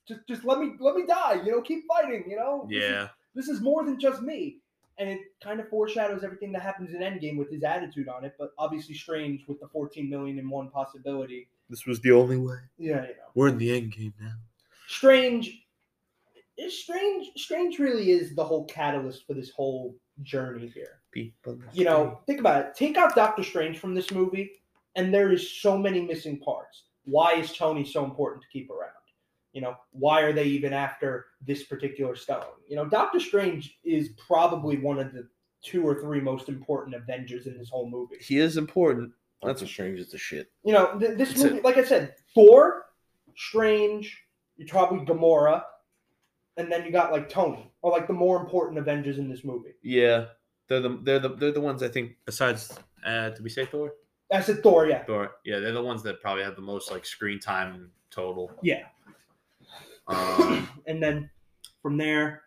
Just, just let me, let me die. You know, keep fighting. You know." This is-
yeah.
this is more than just me. And it kind of foreshadows everything that happens in Endgame with his attitude on it, but obviously strange with the 14 million and one possibility.
This was the only way.
Yeah, you know.
We're in the end game now.
Strange is strange strange really is the whole catalyst for this whole journey here.
People.
You know, think about it. Take out Doctor Strange from this movie, and there is so many missing parts. Why is Tony so important to keep around? You know, why are they even after this particular stone? You know, Doctor Strange is probably one of the two or three most important Avengers in this whole movie.
he is important. That's a strange as the shit.
You know, th- this
It's a-
movie, like I said, Thor, Strange, you probably Gamora, and then you got like Tony, or like the more important Avengers in this movie.
Yeah, they're the they're the they're the ones I think.
Besides, uh, did we say Thor?
I said Thor, yeah.
Thor. Yeah, they're the ones that probably have the most like screen time total.
Yeah.
Um,
and then from there,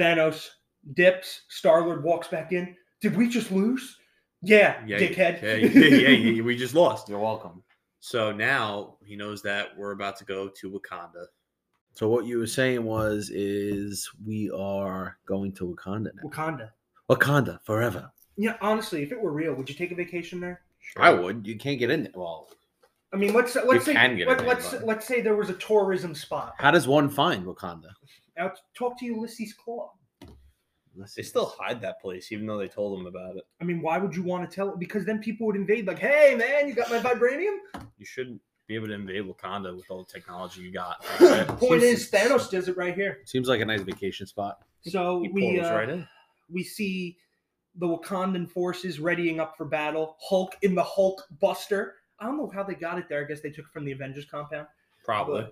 Thanos dips. Star Lord walks back in. Did we just lose? Yeah,
yeah,
dickhead.
Yeah, yeah, yeah, we just lost.
You're welcome.
So now he knows that we're about to go to Wakanda.
So what you were saying was is we are going to Wakanda now.
Wakanda.
Wakanda forever.
Yeah, honestly, if it were real, would you take a vacation there?
I would. You can't get in there. Well,
I mean, let's let's say
can get
let,
it,
let's
but-
let's say there was a tourism spot.
how does one find Wakanda?
Now talk to Ulysses Claw.
Let's
They
see.
still hide that place, even though they told him about it.
I mean, why would you want to tell? Because then people would invade. Like, hey, man, you got my vibranium.
You shouldn't be able to invade Wakanda with all the technology you got.
Point is, Thanos does it right here.
seems like a nice vacation spot.
So
he
we
portals
uh,
right in.
we see the Wakandan forces readying up for battle. Hulk in the Hulk Buster. I don't know how they got it there. I guess they took it from the Avengers compound.
Probably.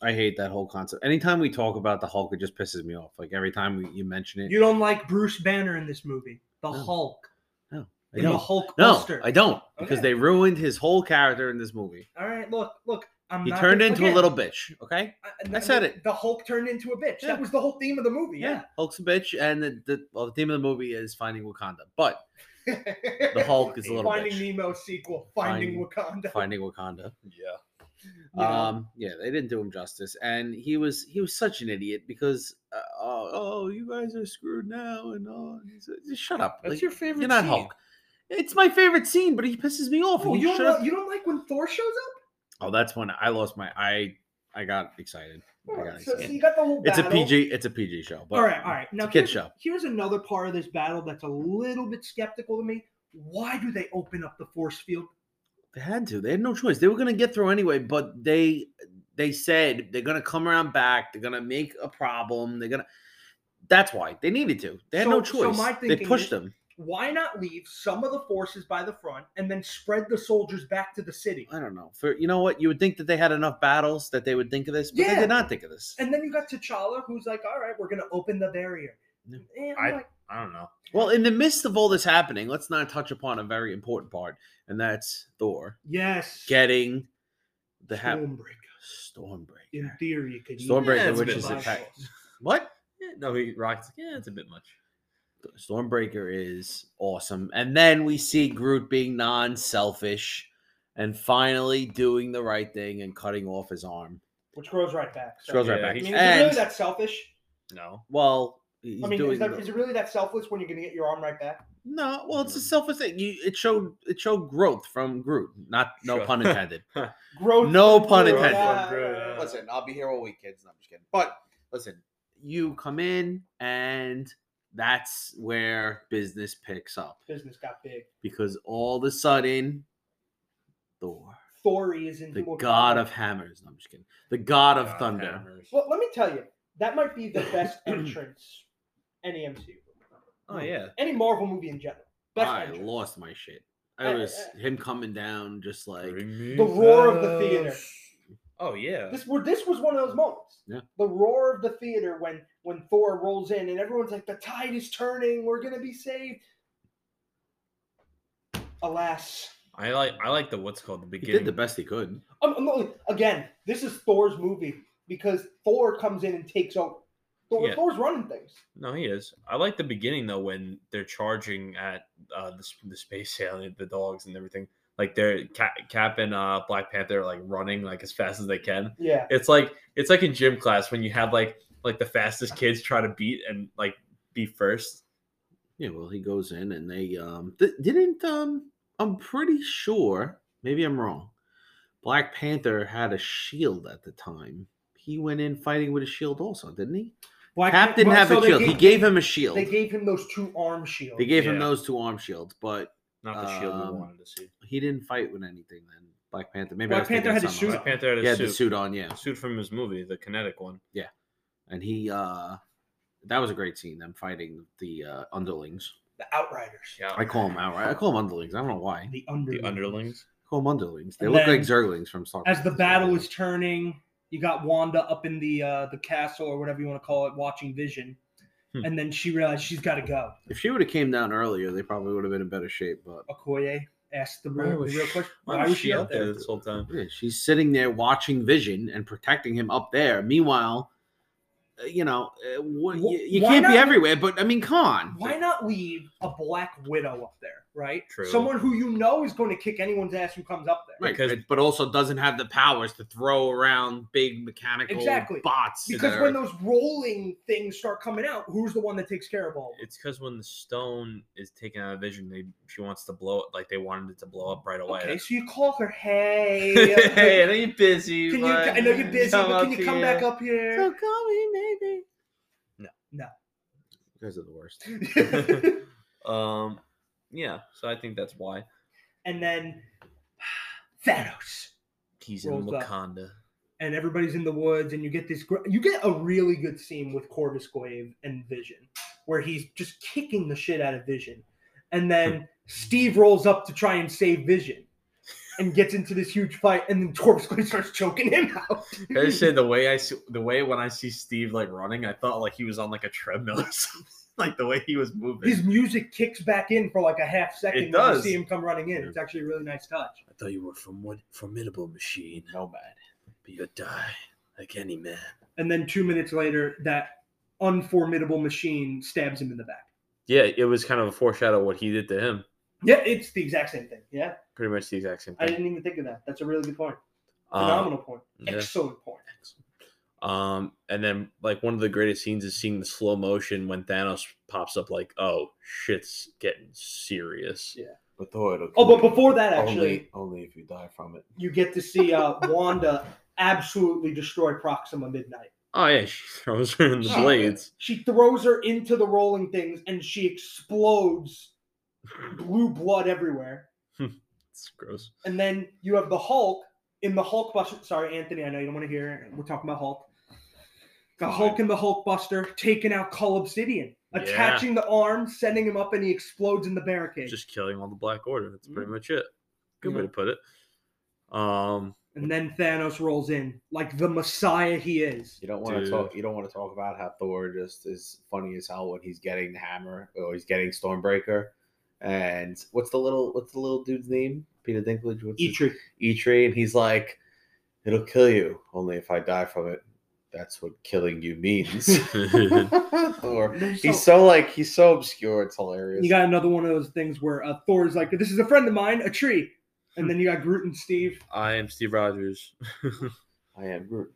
I hate that whole concept. Anytime we talk about the Hulk, it just pisses me off. Like every time we, you mention it,
You don't like Bruce Banner in this movie. The
No.
Hulk.
I
In the
don't.
Hulk
No,
Buster.
I don't because
Okay.
they ruined his whole character in this movie.
All right, look, look. I'm
He
not
turned
gonna-
into
again,
a little bitch. Okay,
I,
I said it.
The Hulk turned into a bitch.
Yeah.
That was the whole theme of the movie.
yeah,
Yeah.
Hulk's a bitch, and the, the well, the theme of the movie is finding Wakanda, but the Hulk is a little
Finding
bitch.
Nemo sequel, Finding Wakanda.
Finding Wakanda.
Yeah.
you know?
Um, yeah, they didn't do him justice, and he was he was such an idiot because uh, oh, oh, you guys are screwed now, and oh, and he's like, just shut up.
That's
Like,
your favorite
You're not
scene.
Hulk. It's my favorite scene, but he pisses me off. and
Oh,
he
you don't,
shut
like-
up.
you don't like when Thor shows up?
Oh, that's when I lost my I I got excited. I got
Alright, Oh, so, so
excited.
you got the whole
It's a
battle.
PG. It's a PG show. But
all right, all right.
It's
Now
a kid
here's-
show.
Here's another part of this battle that's a little bit skeptical to me. Why do they open up the force field?
They had to. They had no choice. They were gonna get through anyway. But they they said they're gonna come around back. They're gonna make a problem. They're gonna. That's why they needed to. They had no
So- so
choice.
my
they
thinking
pushed
is-
them.
Why not leave some of the forces by the front and then spread the soldiers back to the city?
I don't know. For you know what, you would think that they had enough battles that they would think of this, but they
Yeah.
did not think of this.
And then you got T'Challa, who's like, "All right, we're gonna open the barrier."
No.
And I'm
I-
like,
I don't know.
Well, in the midst of all this happening, let's not touch upon a very important part, and that's Thor
yes,
getting the ha-
Stormbreaker.
Stormbreaker.
In theory, you could use
Stormbreaker,
it as
which
a
is
device.
attack- What?
Yeah, no, he rocks. Yeah, it's a bit much.
Stormbreaker is awesome. And then we see Groot being non-selfish and finally doing the right thing and cutting off his arm.
which grows right back. So.
Scrolls
Yeah,
right back.
I
he-
mean, is it
and
really that selfish?
No.
well, he's
I mean,
doing
is, that,
the-
is it really that selfless when you're gonna get your arm right back?
No, well, it's a
Mhm.
selfish thing. You, it showed it showed growth from Groot. Not no
Sure.
pun intended.
Growth.
No pun
Yeah,
intended.
yeah, yeah,
Growth.
yeah.
listen, I'll be here all week, kids. No, I'm just kidding. But listen, you come in and that's where business picks up
Business got big.
because all of a sudden, Thor,
Thor is in
the god of hammers. No, I'm just kidding. The god of
God,
thunder.
hammers.
Well, let me tell you, that might be the best entrance any MCU, movie.
Oh yeah.
any Marvel movie in general. Best
I
entrance.
lost my shit. I uh,
I-
was
I-
him coming down just like
The roar of the theater.
Oh yeah.
This were this was one of those moments.
Yeah.
The roar of the theater when when Thor rolls in and everyone's like, "The tide is turning. We're gonna be saved." Alas,
I like I like the what's called the
He
beginning.
did the best he could.
I'm, I'm not- again, this is Thor's movie because Thor comes in and takes over. Thor,
Yeah.
Thor's running things.
No, he is. I like the beginning though when they're charging at uh, the sp- the space alien, the dogs and everything. Like they're Cap, Cap and uh, Black Panther are like running like as fast as they can.
Yeah.
It's like it's like in gym class when you have like like the fastest kids try to beat and like be first.
Yeah, well, he goes in and they um th- didn't um I'm pretty sure, maybe I'm wrong. Black Panther had a shield at the time. He went in fighting with a shield also, didn't he?
Black
Cap didn't
well,
have
so
a
they
shield. he
gave-
gave him a shield.
They gave him those two arm shields.
They gave him
Yeah.
those two arm shields, but
Not the shield we
Um,
wanted to see.
he didn't fight with anything then. Black Panther. Maybe I
Black
was thinking
Panther had
of
a
something
suit
else.
Black Panther had
He had
a
the
suit.
suit on, yeah.
suit from his movie, the kinetic one.
And he uh that was a great scene, them fighting the uh underlings.
the Outriders.
Yeah,
I call them outright. I call them underlings. I don't know why. I
The under.
the underlings.
call them underlings. They
And
look
then,
like zerglings from Star
As the
Wars.
battle is turning, you got Wanda up in the uh, the castle or whatever you want to call it, watching Vision,
Hmm.
and then she realized she's got to go.
If she would have came down earlier, they probably would have been in better shape. But
Okoye asked the
Why
real,
was
the real
she-
question.
Why, was she out there this whole time?
yeah, she's sitting there watching Vision and protecting him up there. Meanwhile, uh, you know, uh, wh-
Wh-
you, you
why
can't be
not-
everywhere. But I mean, come on.
Why not leave a black widow up there, right?
True.
Someone who you know is going to kick anyone's ass who comes up there.
Right,
Because-
but- but also doesn't have the powers to throw around big mechanical
Exactly.
bots.
Because
that
when
are-
those rolling things start coming out, who's the one that takes care of all? of them?
It's because when the stone is taken out of vision, they she wants to blow it like they wanted it to blow up right away.
Okay, so you call her, hey,
hey, I know you're busy.
can you?
but
I know you're busy,
come
but can
up
you come
here.
back up here?
so call me maybe.
No.
No.
You guys are the worst.
Um, yeah. So I think that's why
and then Thanos,
he's in
Rolls up.
Wakanda.
and everybody's in the woods, and you get this. gr- You get a really good scene with Corvus Glaive and Vision, where he's just kicking the shit out of Vision, and then Steve rolls up to try and save Vision. And gets into this huge fight, and then Corvus Glaive starts choking him out.
I just say the way I see, the way when I see Steve like running, I thought like he was on like a treadmill or something. Like the way he was moving.
his music kicks back in for like a half second.
It
when
does.
You see him come running in. It's actually a really nice touch.
I thought you were from one formidable machine,
No bad.
but you die like any man.
And then two minutes later, that unformidable machine stabs him in the back.
Yeah, it was kind of a foreshadow of what he did to him.
Yeah, it's the exact same thing. Yeah,
Pretty much the exact same
I
thing.
didn't even think of that. That's a really good point.
Um,
Phenomenal point.
yeah.
Excellent point.
um, and then like one of the greatest scenes is seeing the slow motion when Thanos pops up. Like, oh shit's getting serious.
Yeah.
But Thor, it'll
Oh,
kill
but
you.
before that, actually,
only, only if you die from it.
you get to see uh, Wanda absolutely destroy Proxima Midnight.
Oh yeah, she throws her in the
Oh, yeah.
blades.
She throws her into the rolling things, and she explodes, blue blood everywhere.
It's gross.
And then you have the Hulk in the Hulk Buster. Sorry, Anthony, I know you don't want to hear it. We're talking about Hulk. The
Fine.
Hulk and the Hulk Buster taking out Cull Obsidian,
Yeah.
attaching the arm, sending him up, and he explodes in the barricade.
Just killing all the Black Order. That's pretty
Mhm.
much it. Good way
Yeah.
to put it. Um,
and then Thanos rolls in like the Messiah he is.
You don't want to
Dude.
talk. You don't want to talk about how Thor just is funny as hell when he's getting the hammer or he's getting Stormbreaker. And what's the little what's the little dude's name? Peter Dinklage. What's his-
Eitri.
Eitri, and he's like, "It'll kill you. Only if I die from it. That's what killing you means." Thor. He's so like he's so obscure. It's hilarious.
you got another one of those things where uh, Thor's like, "This is a friend of mine, a tree," and then you got Groot and Steve.
I am Steve Rogers.
I am Groot.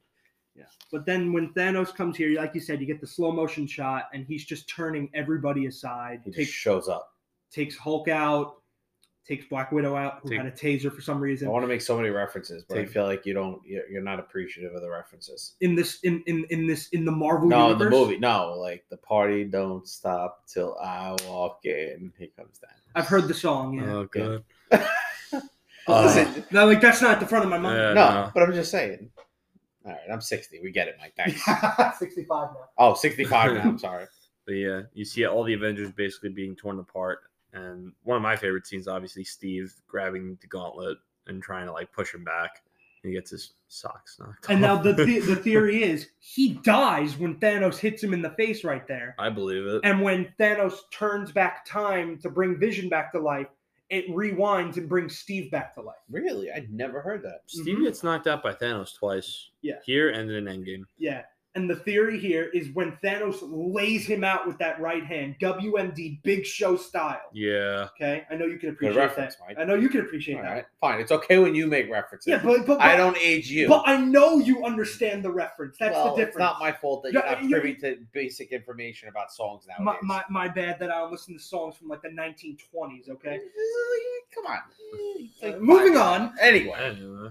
But then when Thanos comes here, like you said, you get the slow motion shot, and he's just turning everybody aside,
He just
takes
shows up.
takes Hulk out, takes Black Widow out, who
Take-
had a taser for some
I
reason.
want to make so many references, but I
Take-
feel like you don't. You're you're not appreciative of the references.
In this, in in in this, in the Marvel
No,
universe,
the movie. No, like the party don't stop till I walk in. Here comes that.
I've heard the song. Yeah,
Oh god.
Uh,
Oh, Listen, no, like that's not at the front of my
Yeah.
mind.
no,
no.
but I'm just saying. All right, I'm 60. We get it, Mike. Thanks.
Sixty-five now.
oh, 65 now. I'm sorry.
But yeah, you see all the Avengers basically being torn apart. And one of my favorite scenes, obviously, Steve grabbing the gauntlet and trying to like push him back. He gets his socks knocked
And now
off.
the the, the theory is he dies when Thanos hits him in the face right there,
I believe it.
and when Thanos turns back time to bring Vision back to life. it rewinds and brings Steve back to life.
Really, I'd never heard that.
Steve
Mhm.
gets knocked out by Thanos twice.
Yeah.
Here and in Endgame.
Yeah. And the theory here is when Thanos lays him out with that right hand, WMD Big Show style.
Yeah.
Okay, I know you can appreciate that.
reference, Mike.
I know you can appreciate
All
that.
right, fine. It's okay when you make references.
Yeah, but, but, but
I don't age you.
But I know you understand the reference. That's
Well,
the difference.
It's not my fault that you're
Yeah,
not
you're-
privy to basic information about songs
my,
nowadays.
my, my bad that I don't listen to songs from like the 1920s. Okay.
Come on.
Uh, moving on.
I
Anyway,
don't know.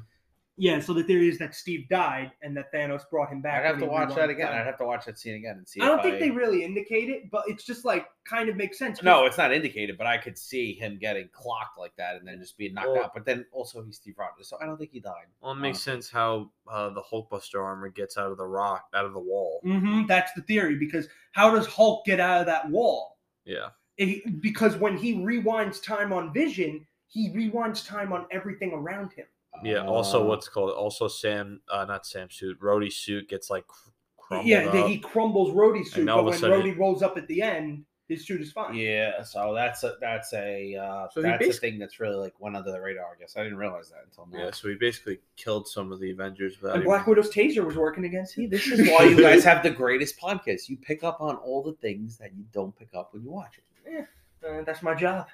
Yeah. So the theory is that Steve died and that Thanos brought him back.
I'd have
when
to
he
watch
rewound
that again.
time.
I'd have to watch that scene again and see.
I don't
if
think they really indicate it, but it's just like kind of makes sense.
No, it's not indicated, but I could see him getting clocked like that and then just being knocked
Well-
out. But then also he's Steve Rogers, so I don't think he died.
Well, it makes sense how uh, the Hulkbuster armor gets out of the rock, out of the wall.
hmm that's the theory because how does Hulk get out of that wall?
Yeah.
It- because when he rewinds time on Vision, he rewinds time on everything around him.
Yeah. also,
Uh,
what's called also Sam, uh, not Sam suit, Rhodey suit gets like cr- crumbled
yeah,
up.
he crumbles Rhodey's suit,
And all
but
of a
when
sudden-
Rhodey rolls up at the end, his suit is fine.
Yeah, so that's a that's a uh,
So he
that's a
basi-
thing that's really like went under the radar. I guess I didn't realize that until now.
Yeah, so he basically killed some of the Avengers without
And
even.
Black Widow's taser was working against
See,
him.
this is why you guys have the greatest podcast. You pick up on all the things that you don't pick up when you watch it.
Uh, that's my job.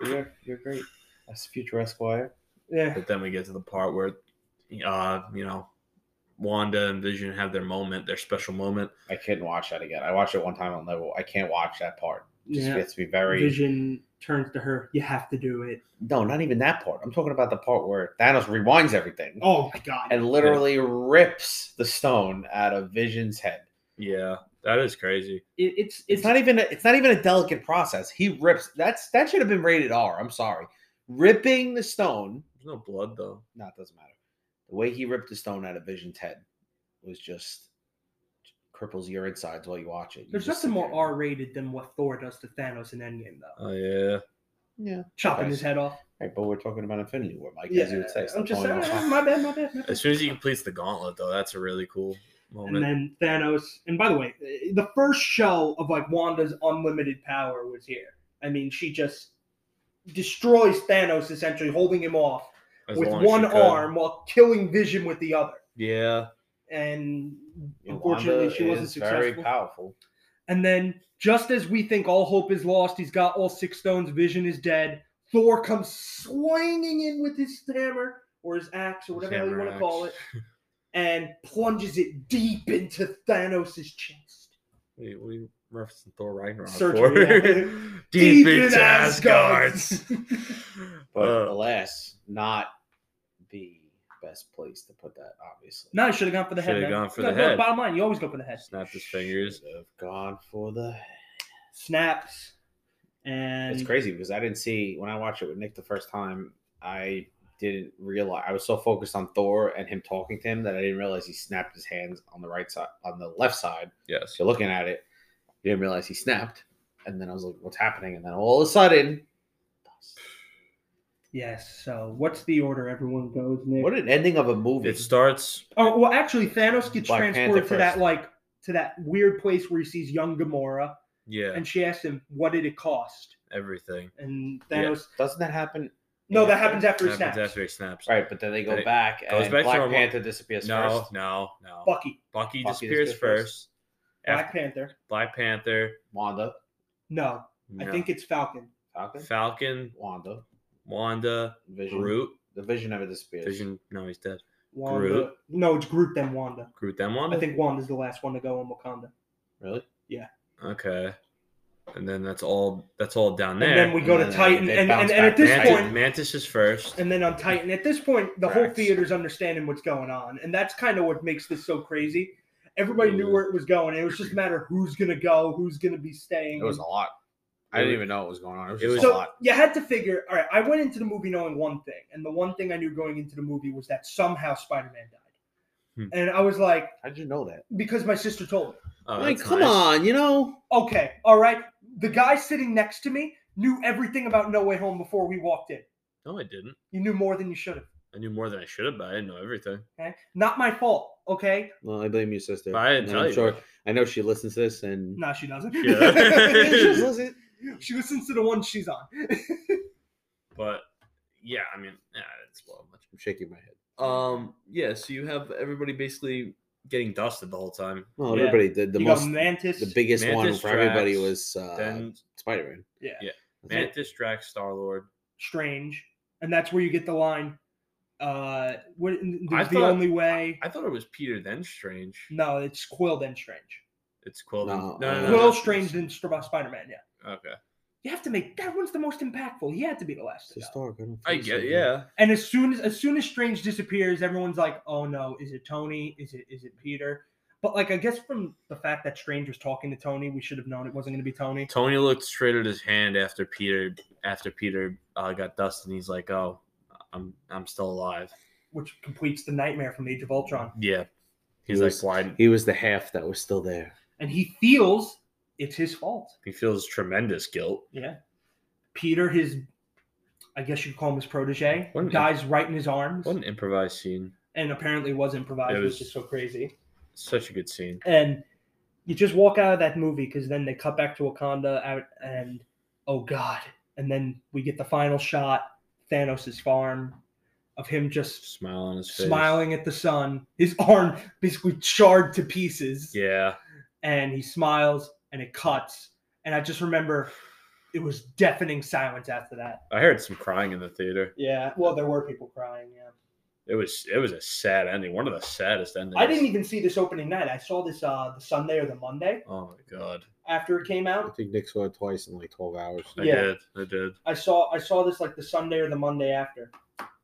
You're, you're great. That's future Esquire.
Yeah.
But then we get to the part where, uh, you know, Wanda and Vision have their moment, their special moment.
I can't watch that again. I watched it one time. I'll never. I can't watch that part. It just
yeah.
gets me very.
Vision turns to her. You have to do it.
No, not even that part. I'm talking about the part where Thanos rewinds everything
Oh my god.
and literally rips the stone out of Vision's head.
Yeah, that is crazy.
It- it's
It's not even. A, it's not even a delicate process. He rips. That's that should have been rated R. I'm sorry. Ripping the stone
There's no blood though.
no, it doesn't matter. The way he ripped the stone out of Vision's head was just cripples your insides while you watch it. You
There's
just
nothing
sit
more
there. Uh,
R-rated than what Thor does to Thanos in Endgame, though.
Oh yeah.
Yeah.
Chopping
Okay.
his head off.
Right, but we're talking about Infinity War, Mike, as you would say.
I'm
Stop
just
going
saying.
off
uh,
on-
My bad. My bad. My bad.
As soon as he completes the gauntlet though, that's a really cool
and
moment.
then Thanos. And by the way, the first show of like Wanda's unlimited power was here. I mean, she just destroys Thanos essentially, holding him off
as
with
long as she
one
could.
arm while killing Vision with the other.
Yeah.
And
Yeah,
unfortunately,
Wanda
she wasn't
is very
successful.
powerful.
And then, just as we think all hope is lost, he's got all six stones, Vision is dead. Thor comes swinging in with his hammer or his axe or whatever the hell you
Hammer
want to call it,
axe.
and plunges it deep into Thanos' chest.
Wait, what are you referencing Thor Ragnarok
Surgery,
for?
yeah.
Deep,
Deep in
into
Asgard.
Asgards.
But
Uh,
alas, not the best place to put that, obviously.
No, I should have gone for the head.
Should've
man.
gone for
No,
the
no,
head.
Bottom line, you always go for the head.
snapped his fingers.
Should have gone for the
Snaps. And
It's crazy because I didn't see when I watched it with Nick the first time. I didn't realize I was so focused on Thor and him talking to him that I didn't realize he snapped his hands on the right side, on the left side.
Yes.
So looking at it, you didn't realize he snapped, and then I was like, "What's happening?" And then all of a sudden,
Yes. So, what's the order everyone goes, Nick?
what an ending of a movie!
It starts
Oh well, actually, Thanos gets
Black
transported
Panther
to that
first.
like to that weird place where he sees young Gamora,
yeah,
and she asks him, "What did it cost?"
everything.
And
Yeah.
Thanos,
Doesn't that happen?
no, that
Yeah.
happens after he
Happens
snaps.
after he snaps.
Right, but then they go
It
back
goes
and
back to our
Black
one-
Panther disappears
No,
first.
no, no.
Bucky,
Bucky,
Bucky
disappears
disappears first.
first.
Black
After
Panther.
Black Panther.
Wanda,
No, I
no.
think it's Falcon.
Falcon,
Falcon,
Wanda,
Wanda,
Vision.
Groot.
The Vision never disappears.
Vision. No, he's dead.
Wanda.
Groot.
No, it's Groot then Wanda.
Groot. Then Wanda.
I think Wanda's the last one to go on Wakanda.
Really?
Okay. And then that's all. That's all down there.
And then we go to
And then
Titan,
they
and, and,
bounce
and at
back
this
to
Mantis,
point,
Mantis is first.
and then on Titan. At this point, the whole
Facts.
theater's understanding what's going on, and that's kind of what makes this so crazy. Everybody knew
Yeah.
where it was going. It was just a matter of who's gonna go, who's gonna be staying.
It was a lot. I didn't even know what was going on. It was,
It
just
was-
a
so
lot.
you had to figure. All right, I went into the movie knowing one thing, and the one thing I knew going into the movie was that somehow Spider-Man died,
Hmm.
and I was like,
How did you know that?
because my sister told me.
Oh,
like,
that's
come
nice.
on, you know.
Okay, all right. The guy sitting next to me knew everything about No Way Home before we walked in.
No, I didn't.
You knew more than you should have.
I knew more than I should have, but I didn't know everything.
Okay, not my fault. Okay,
Well, I blame your sister.
But I didn't
And
tell
I'm
you.
sure I know she listens to this and
no, she doesn't.
Yeah.
She just listens-
She listens to the one she's on.
But yeah, I mean, nah, it's well much.
I'm shaking my head.
Um, yeah. So you have everybody basically getting dusted the whole time.
Well,
yeah.
everybody did the
you
most,
got Mantis.
the biggest one
Mantis
for everybody
Drax,
was uh,
then
Spider Man.
yeah.
Yeah. Mantis, Drax, Star Lord.
Strange, and that's where you get the line. Uh, what, the,
I
the
thought-
only way.
I thought it was Peter then Strange.
no, it's Quill then Strange.
It's Quill. then-
No,
No, no,
uh,
no, no,
Quill,
no.
Strange, then Spider Man. Yeah,
Okay,
you have to make that one's the most impactful. He had to be the last. To go.
historic. I, don't
I
think so,
get.
man.
Yeah,
And as soon as as soon as Strange disappears, everyone's like, "Oh no, is it Tony? Is it is it Peter?" But like, I guess from the fact that Strange was talking to Tony, we should have known it wasn't going to be Tony.
Tony looked straight at his hand after Peter after Peter uh, got dusted. And he's like, "Oh, I'm I'm still alive."
which completes the nightmare from Age of Ultron.
Yeah,
He
he's
was-
like, "Why?"
He was the half that was still there.
And he feels it's his fault.
He feels tremendous guilt.
Yeah. Peter, his, I guess you could call him his protege,
What an-
dies right in his arms
What an improvised scene!
and apparently was improvised,
It
which
was-
is so crazy.
Such a good scene.
And you just walk out of that movie because then they cut back to Wakanda out and, oh God. And then we get the final shot Thanos' farm of him just
Smile on his face.
smiling at the sun, his arm basically charred to pieces.
Yeah,
and he smiles and it cuts and i just remember it was deafening silence after that
I heard some crying in the theater.
yeah well there were people crying yeah
It was it was a sad ending. One of the saddest endings.
i didn't e- even see this opening night i saw this uh the sunday or the monday
Oh my god!
after it came
I
out
think Nick saw it twice in like 12 hours.
I
Yeah.
did. I did.
i saw i saw this like the sunday or the monday after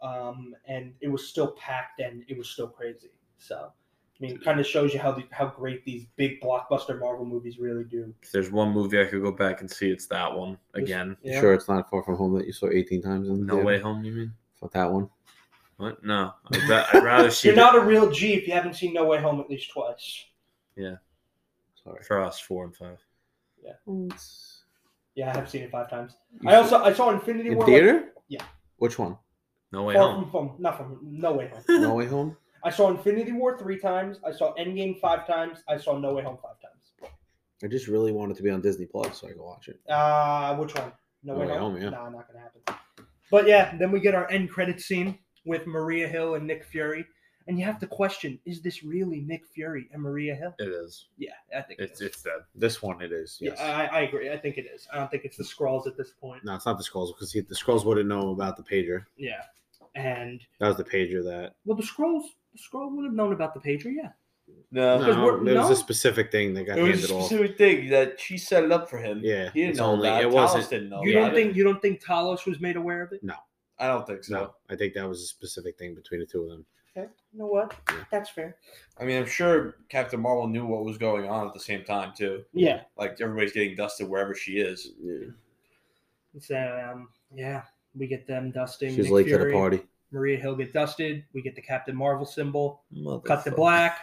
um and it was still packed and it was still crazy so i mean kind of shows you how the, how great these big blockbuster marvel movies really do
If there's one movie I could go back and see, it's that one again.
You
yeah
Sure, it's not far from home that you saw 18 times. In the
No
theater?
Way Home, you mean?
Fuck that one.
What? No, I'd, ra- I'd rather see
you're not a real g if you haven't seen no way home at least twice
Sorry.
for us four and five.
yeah i have seen it five times
You
I
saw-
also I saw Infinity
in
War
theater?
Yeah.
Which one?
No way
Like, far from,
home.
from not from No Way Home.
No Way Home?
I saw Infinity War three times. I saw Endgame five times. I saw No Way Home five times.
I just really wanted to be on Disney Plus so I could watch it.
Uh which one? No, Way, Home.
Oh, yeah.
Nah, not gonna happen. But yeah, then we get our end credit scene with Maria Hill and Nick Fury, and you have to question: Is this really Nick Fury and Maria Hill?
It is.
Yeah, I think
It's it's dead.
This one it is.
Yeah,
Yes.
uh,
I, I agree. I think it is. I don't think it's the Skrulls at this point.
no, it's not the scrolls because he, the scrolls wouldn't know about the pager.
Yeah, and
That was the pager that.
well, the Skrulls, the Skrull would have known about the pager. Yeah,
Uh,
No,
Because we're-
there was
no?
a specific thing that got
It was a
handed off.
specific thing that she set it up for him.
Yeah,
He didn't
it's
know
only
about
it
Talos
wasn't.
didn't know.
you
about
don't
it.
think you don't think Talos was made aware of it?
I don't think so.
No, I think that was a specific thing between the two of them.
Okay, you know what?
Yeah.
That's fair.
I mean, I'm sure Captain Marvel knew what was going on at the same time too.
Yeah.
Like everybody's getting dusted wherever she is.
So um, yeah, we get them dusting.
She was
Nick
late to
Fury,
the party.
Maria Hill get dusted. We get the Captain Marvel symbol. Cut
Cut
uh,
the black.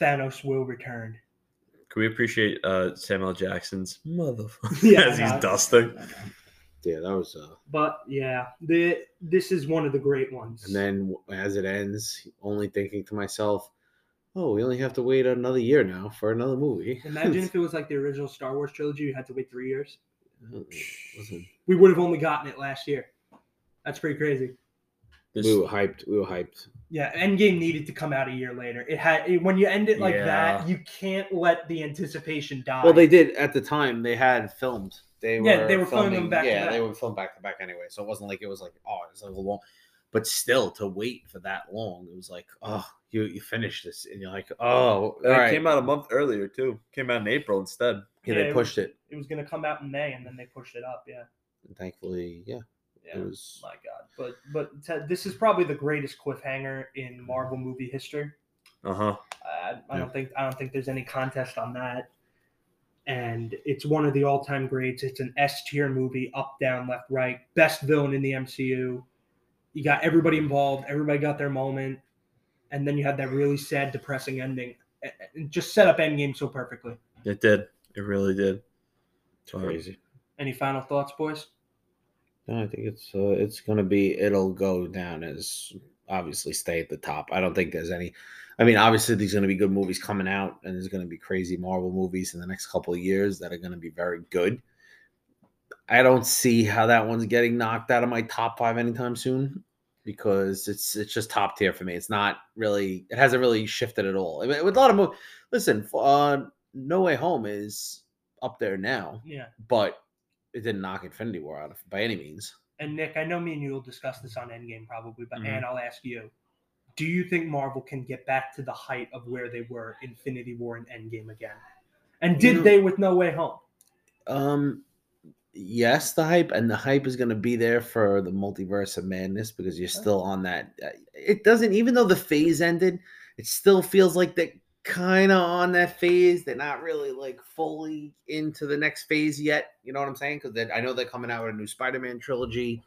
Thanos will return.
Can we appreciate uh, Samuel Jackson's motherfucker
Yeah,
as he's
no.
dusting?
Yeah, that was. Uh,
But yeah, the this is one of the great ones.
and then as it ends, only thinking to myself, "Oh, we only have to wait another year now for another movie."
Imagine if it was like the original Star Wars trilogy. You had to wait three years.
Listen,
We would have only gotten it last year. That's pretty crazy.
This-
we were hyped. We were hyped.
Yeah, Endgame needed to come out a year later. It had it, when you end it like that,
Yeah.
you can't let the anticipation die.
Well, they did at the time. They had filmed. They were
Yeah, they were filming them back to
Yeah,
back.
they were filmed back to back anyway, so it wasn't like it was like oh, it's a little long. But still, to wait for that long, it was like oh, you you finish this, and you're like oh, all
And it
right.
came out a month earlier too. Came out in April instead.
yeah,
Yeah,
they
it
pushed it.
it was going to come out in May, and then they pushed it up. Yeah,
And thankfully, yeah,
yeah.
it was.
My God, but but t- this is probably the greatest cliffhanger in Marvel movie history.
Uh huh.
I, I
Yeah.
don't think I don't think there's any contest on that. And it's one of the all-time greats. It's an S tier movie, up, down, left, right. Best villain in the MCU. You got everybody involved. Everybody got their moment, and then you had that really sad, depressing ending. Eh, eh, It just set up Endgame so perfectly.
It did. It really did.
It's crazy.
Any final thoughts, boys?
No, I think it's uh, it's gonna be it'll go down as obviously stay at the top. I don't think there's any. I mean, obviously there's gonna be good movies coming out, and there's gonna be crazy Marvel movies in the next couple of years that are gonna be very good. I don't see how that one's getting knocked out of my top five anytime soon because it's it's just top tier for me. It's not really it hasn't really shifted at all. I mean, with a lot of movies, listen, uh, No Way Home is up there now,
Yeah.
but it didn't knock Infinity War out of by any means.
And Nick, I know me and you will discuss this on Endgame probably, but
Mm-hmm.
Mhm.
and I'll ask you: Do you think Marvel can get back to the height of where they were Infinity War and Endgame again? And did
You-
they with No Way Home?
Um, yes, the hype and the hype is going to be there for the multiverse of madness because you're still on that. uh, It doesn't, even though the phase ended, it still feels like they're kind of on that phase. They're not really like fully into the next phase yet. You know what I'm saying? Because I know they're coming out with a new Spider-Man trilogy.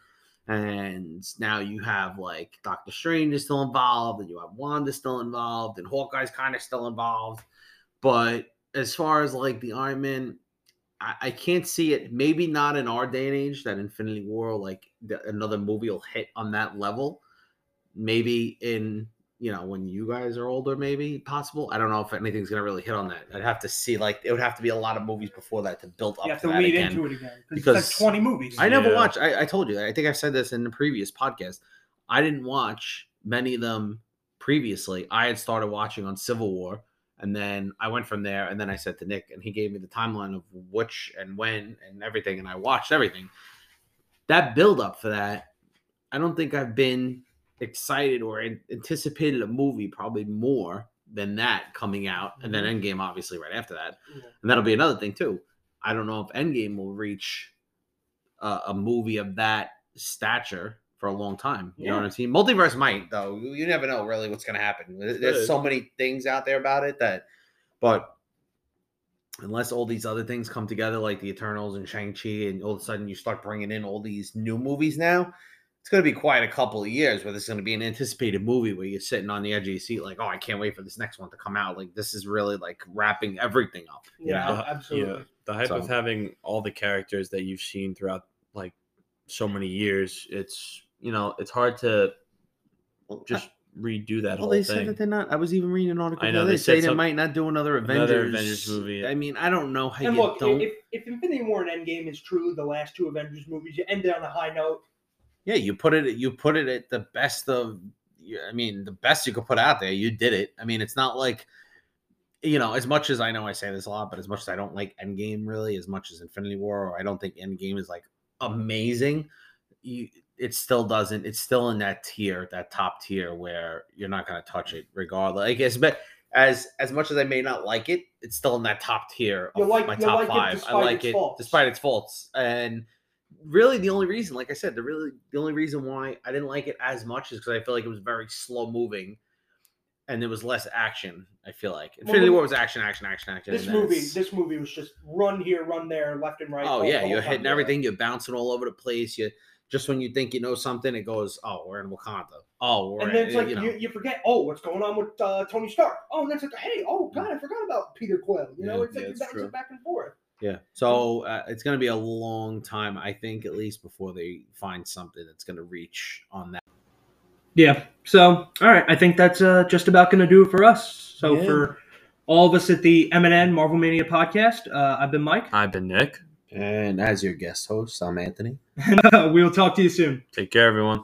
And now you have like Doctor Strange is still involved, and you have Wanda still involved, and Hawkeye's kind of still involved. But as far as like the Iron Man, I, I can't see it. Maybe not in our day and age that Infinity War, like the, another movie will hit on that level. Maybe in you know when you guys are older, maybe possible. I don't know if anything's gonna really hit on that. I'd have to see. Like it would have to be a lot of movies before that to build up.
You have
to
to
that
lead
again.
into it again because
Because
it's like twenty movies.
I never
Yeah.
watched. I, I told you. I think I've said this in the previous podcast. I didn't watch many of them previously. I had started watching on Civil War, and then I went from there. And then I said to Nick, and he gave me the timeline of which and when and everything, and I watched everything. That build up for that, I don't think I've been excited or an- anticipated a movie probably more than that coming out, and then Endgame obviously right after that.
Yeah.
And that'll be another thing too. I don't know if Endgame will reach uh, a movie of that stature for a long time. You know what I'm saying? Multiverse might though. You you never know really what's going to happen. There- There's so many things out there about it that, but unless all these other things come together, like the Eternals and Shang Chi, and all of a sudden you start bringing in all these new movies now. It's going to be quite a couple of years where there's going to be an anticipated movie where you're sitting on the edge of your seat, like, oh, I can't wait for this next one to come out. Like, this is really like wrapping everything up. You
Yeah,
know?
absolutely.
The hype
So-
of having all the characters that you've seen throughout like so many years, it's you know, it's hard to just redo that
well,
whole
they said
thing.
that they're not. I was even reading an article.
I
I
know,
know
they
they
said
say they
some-
might not do another Avengers,
another Avengers movie.
I mean, I don't know how
And
you
look, i-
don't.
if, if Infinity War and Endgame is truly the last two Avengers movies, you end it on a high note.
yeah, you put it. You put it at the best of. you- I mean, the best you could put out there. You did it. I mean, it's not like, you know, as much as I know I say this a lot, but as much as I don't like Endgame really, as much as Infinity War, or I don't think Endgame is like amazing. You, it still doesn't. It's still in that tier, that top tier, where you're not going to touch it, regardless. I guess, but as as much as I may not like it, it's still in that top tier
You
of
like-
my
you
top
like it
five. I
despite
like
its
it
faults.
despite its faults, and really the only reason, like I said, the really the only reason why I didn't like it as much is because I feel like it was very slow moving, and there was less action. I feel like
Well,
Infinity
we-
War was action, action, action, action.
This
and then
movie,
it's-
this movie was just run here, run there, left and right.
oh
the
yeah,
whole
you're
time.
hitting everything. You're bouncing all over the place. You just when you think you know something, it goes, oh, we're in Wakanda. Oh, we're
And then it's
in,
like
you
you,
know.
you, forget, oh, what's going on with uh, Tony Stark? Oh, and it's like, hey, oh god, I forgot about Peter Quill. You know,
Yeah,
it's like
yeah,
you
it's
bounce it
true.
back and forth.
Yeah. So uh, it's going to be a long time, I think, at least before they find something that's going to reach on that.
Yeah. So, all right, I think that's uh, just about going to do it for us. So,
Yeah.
for all of us at the MNN Marvel Mania podcast, uh, I've been Mike.
I've been Nick.
And as your guest host, I'm Anthony.
we will talk to you soon.
Take care, everyone.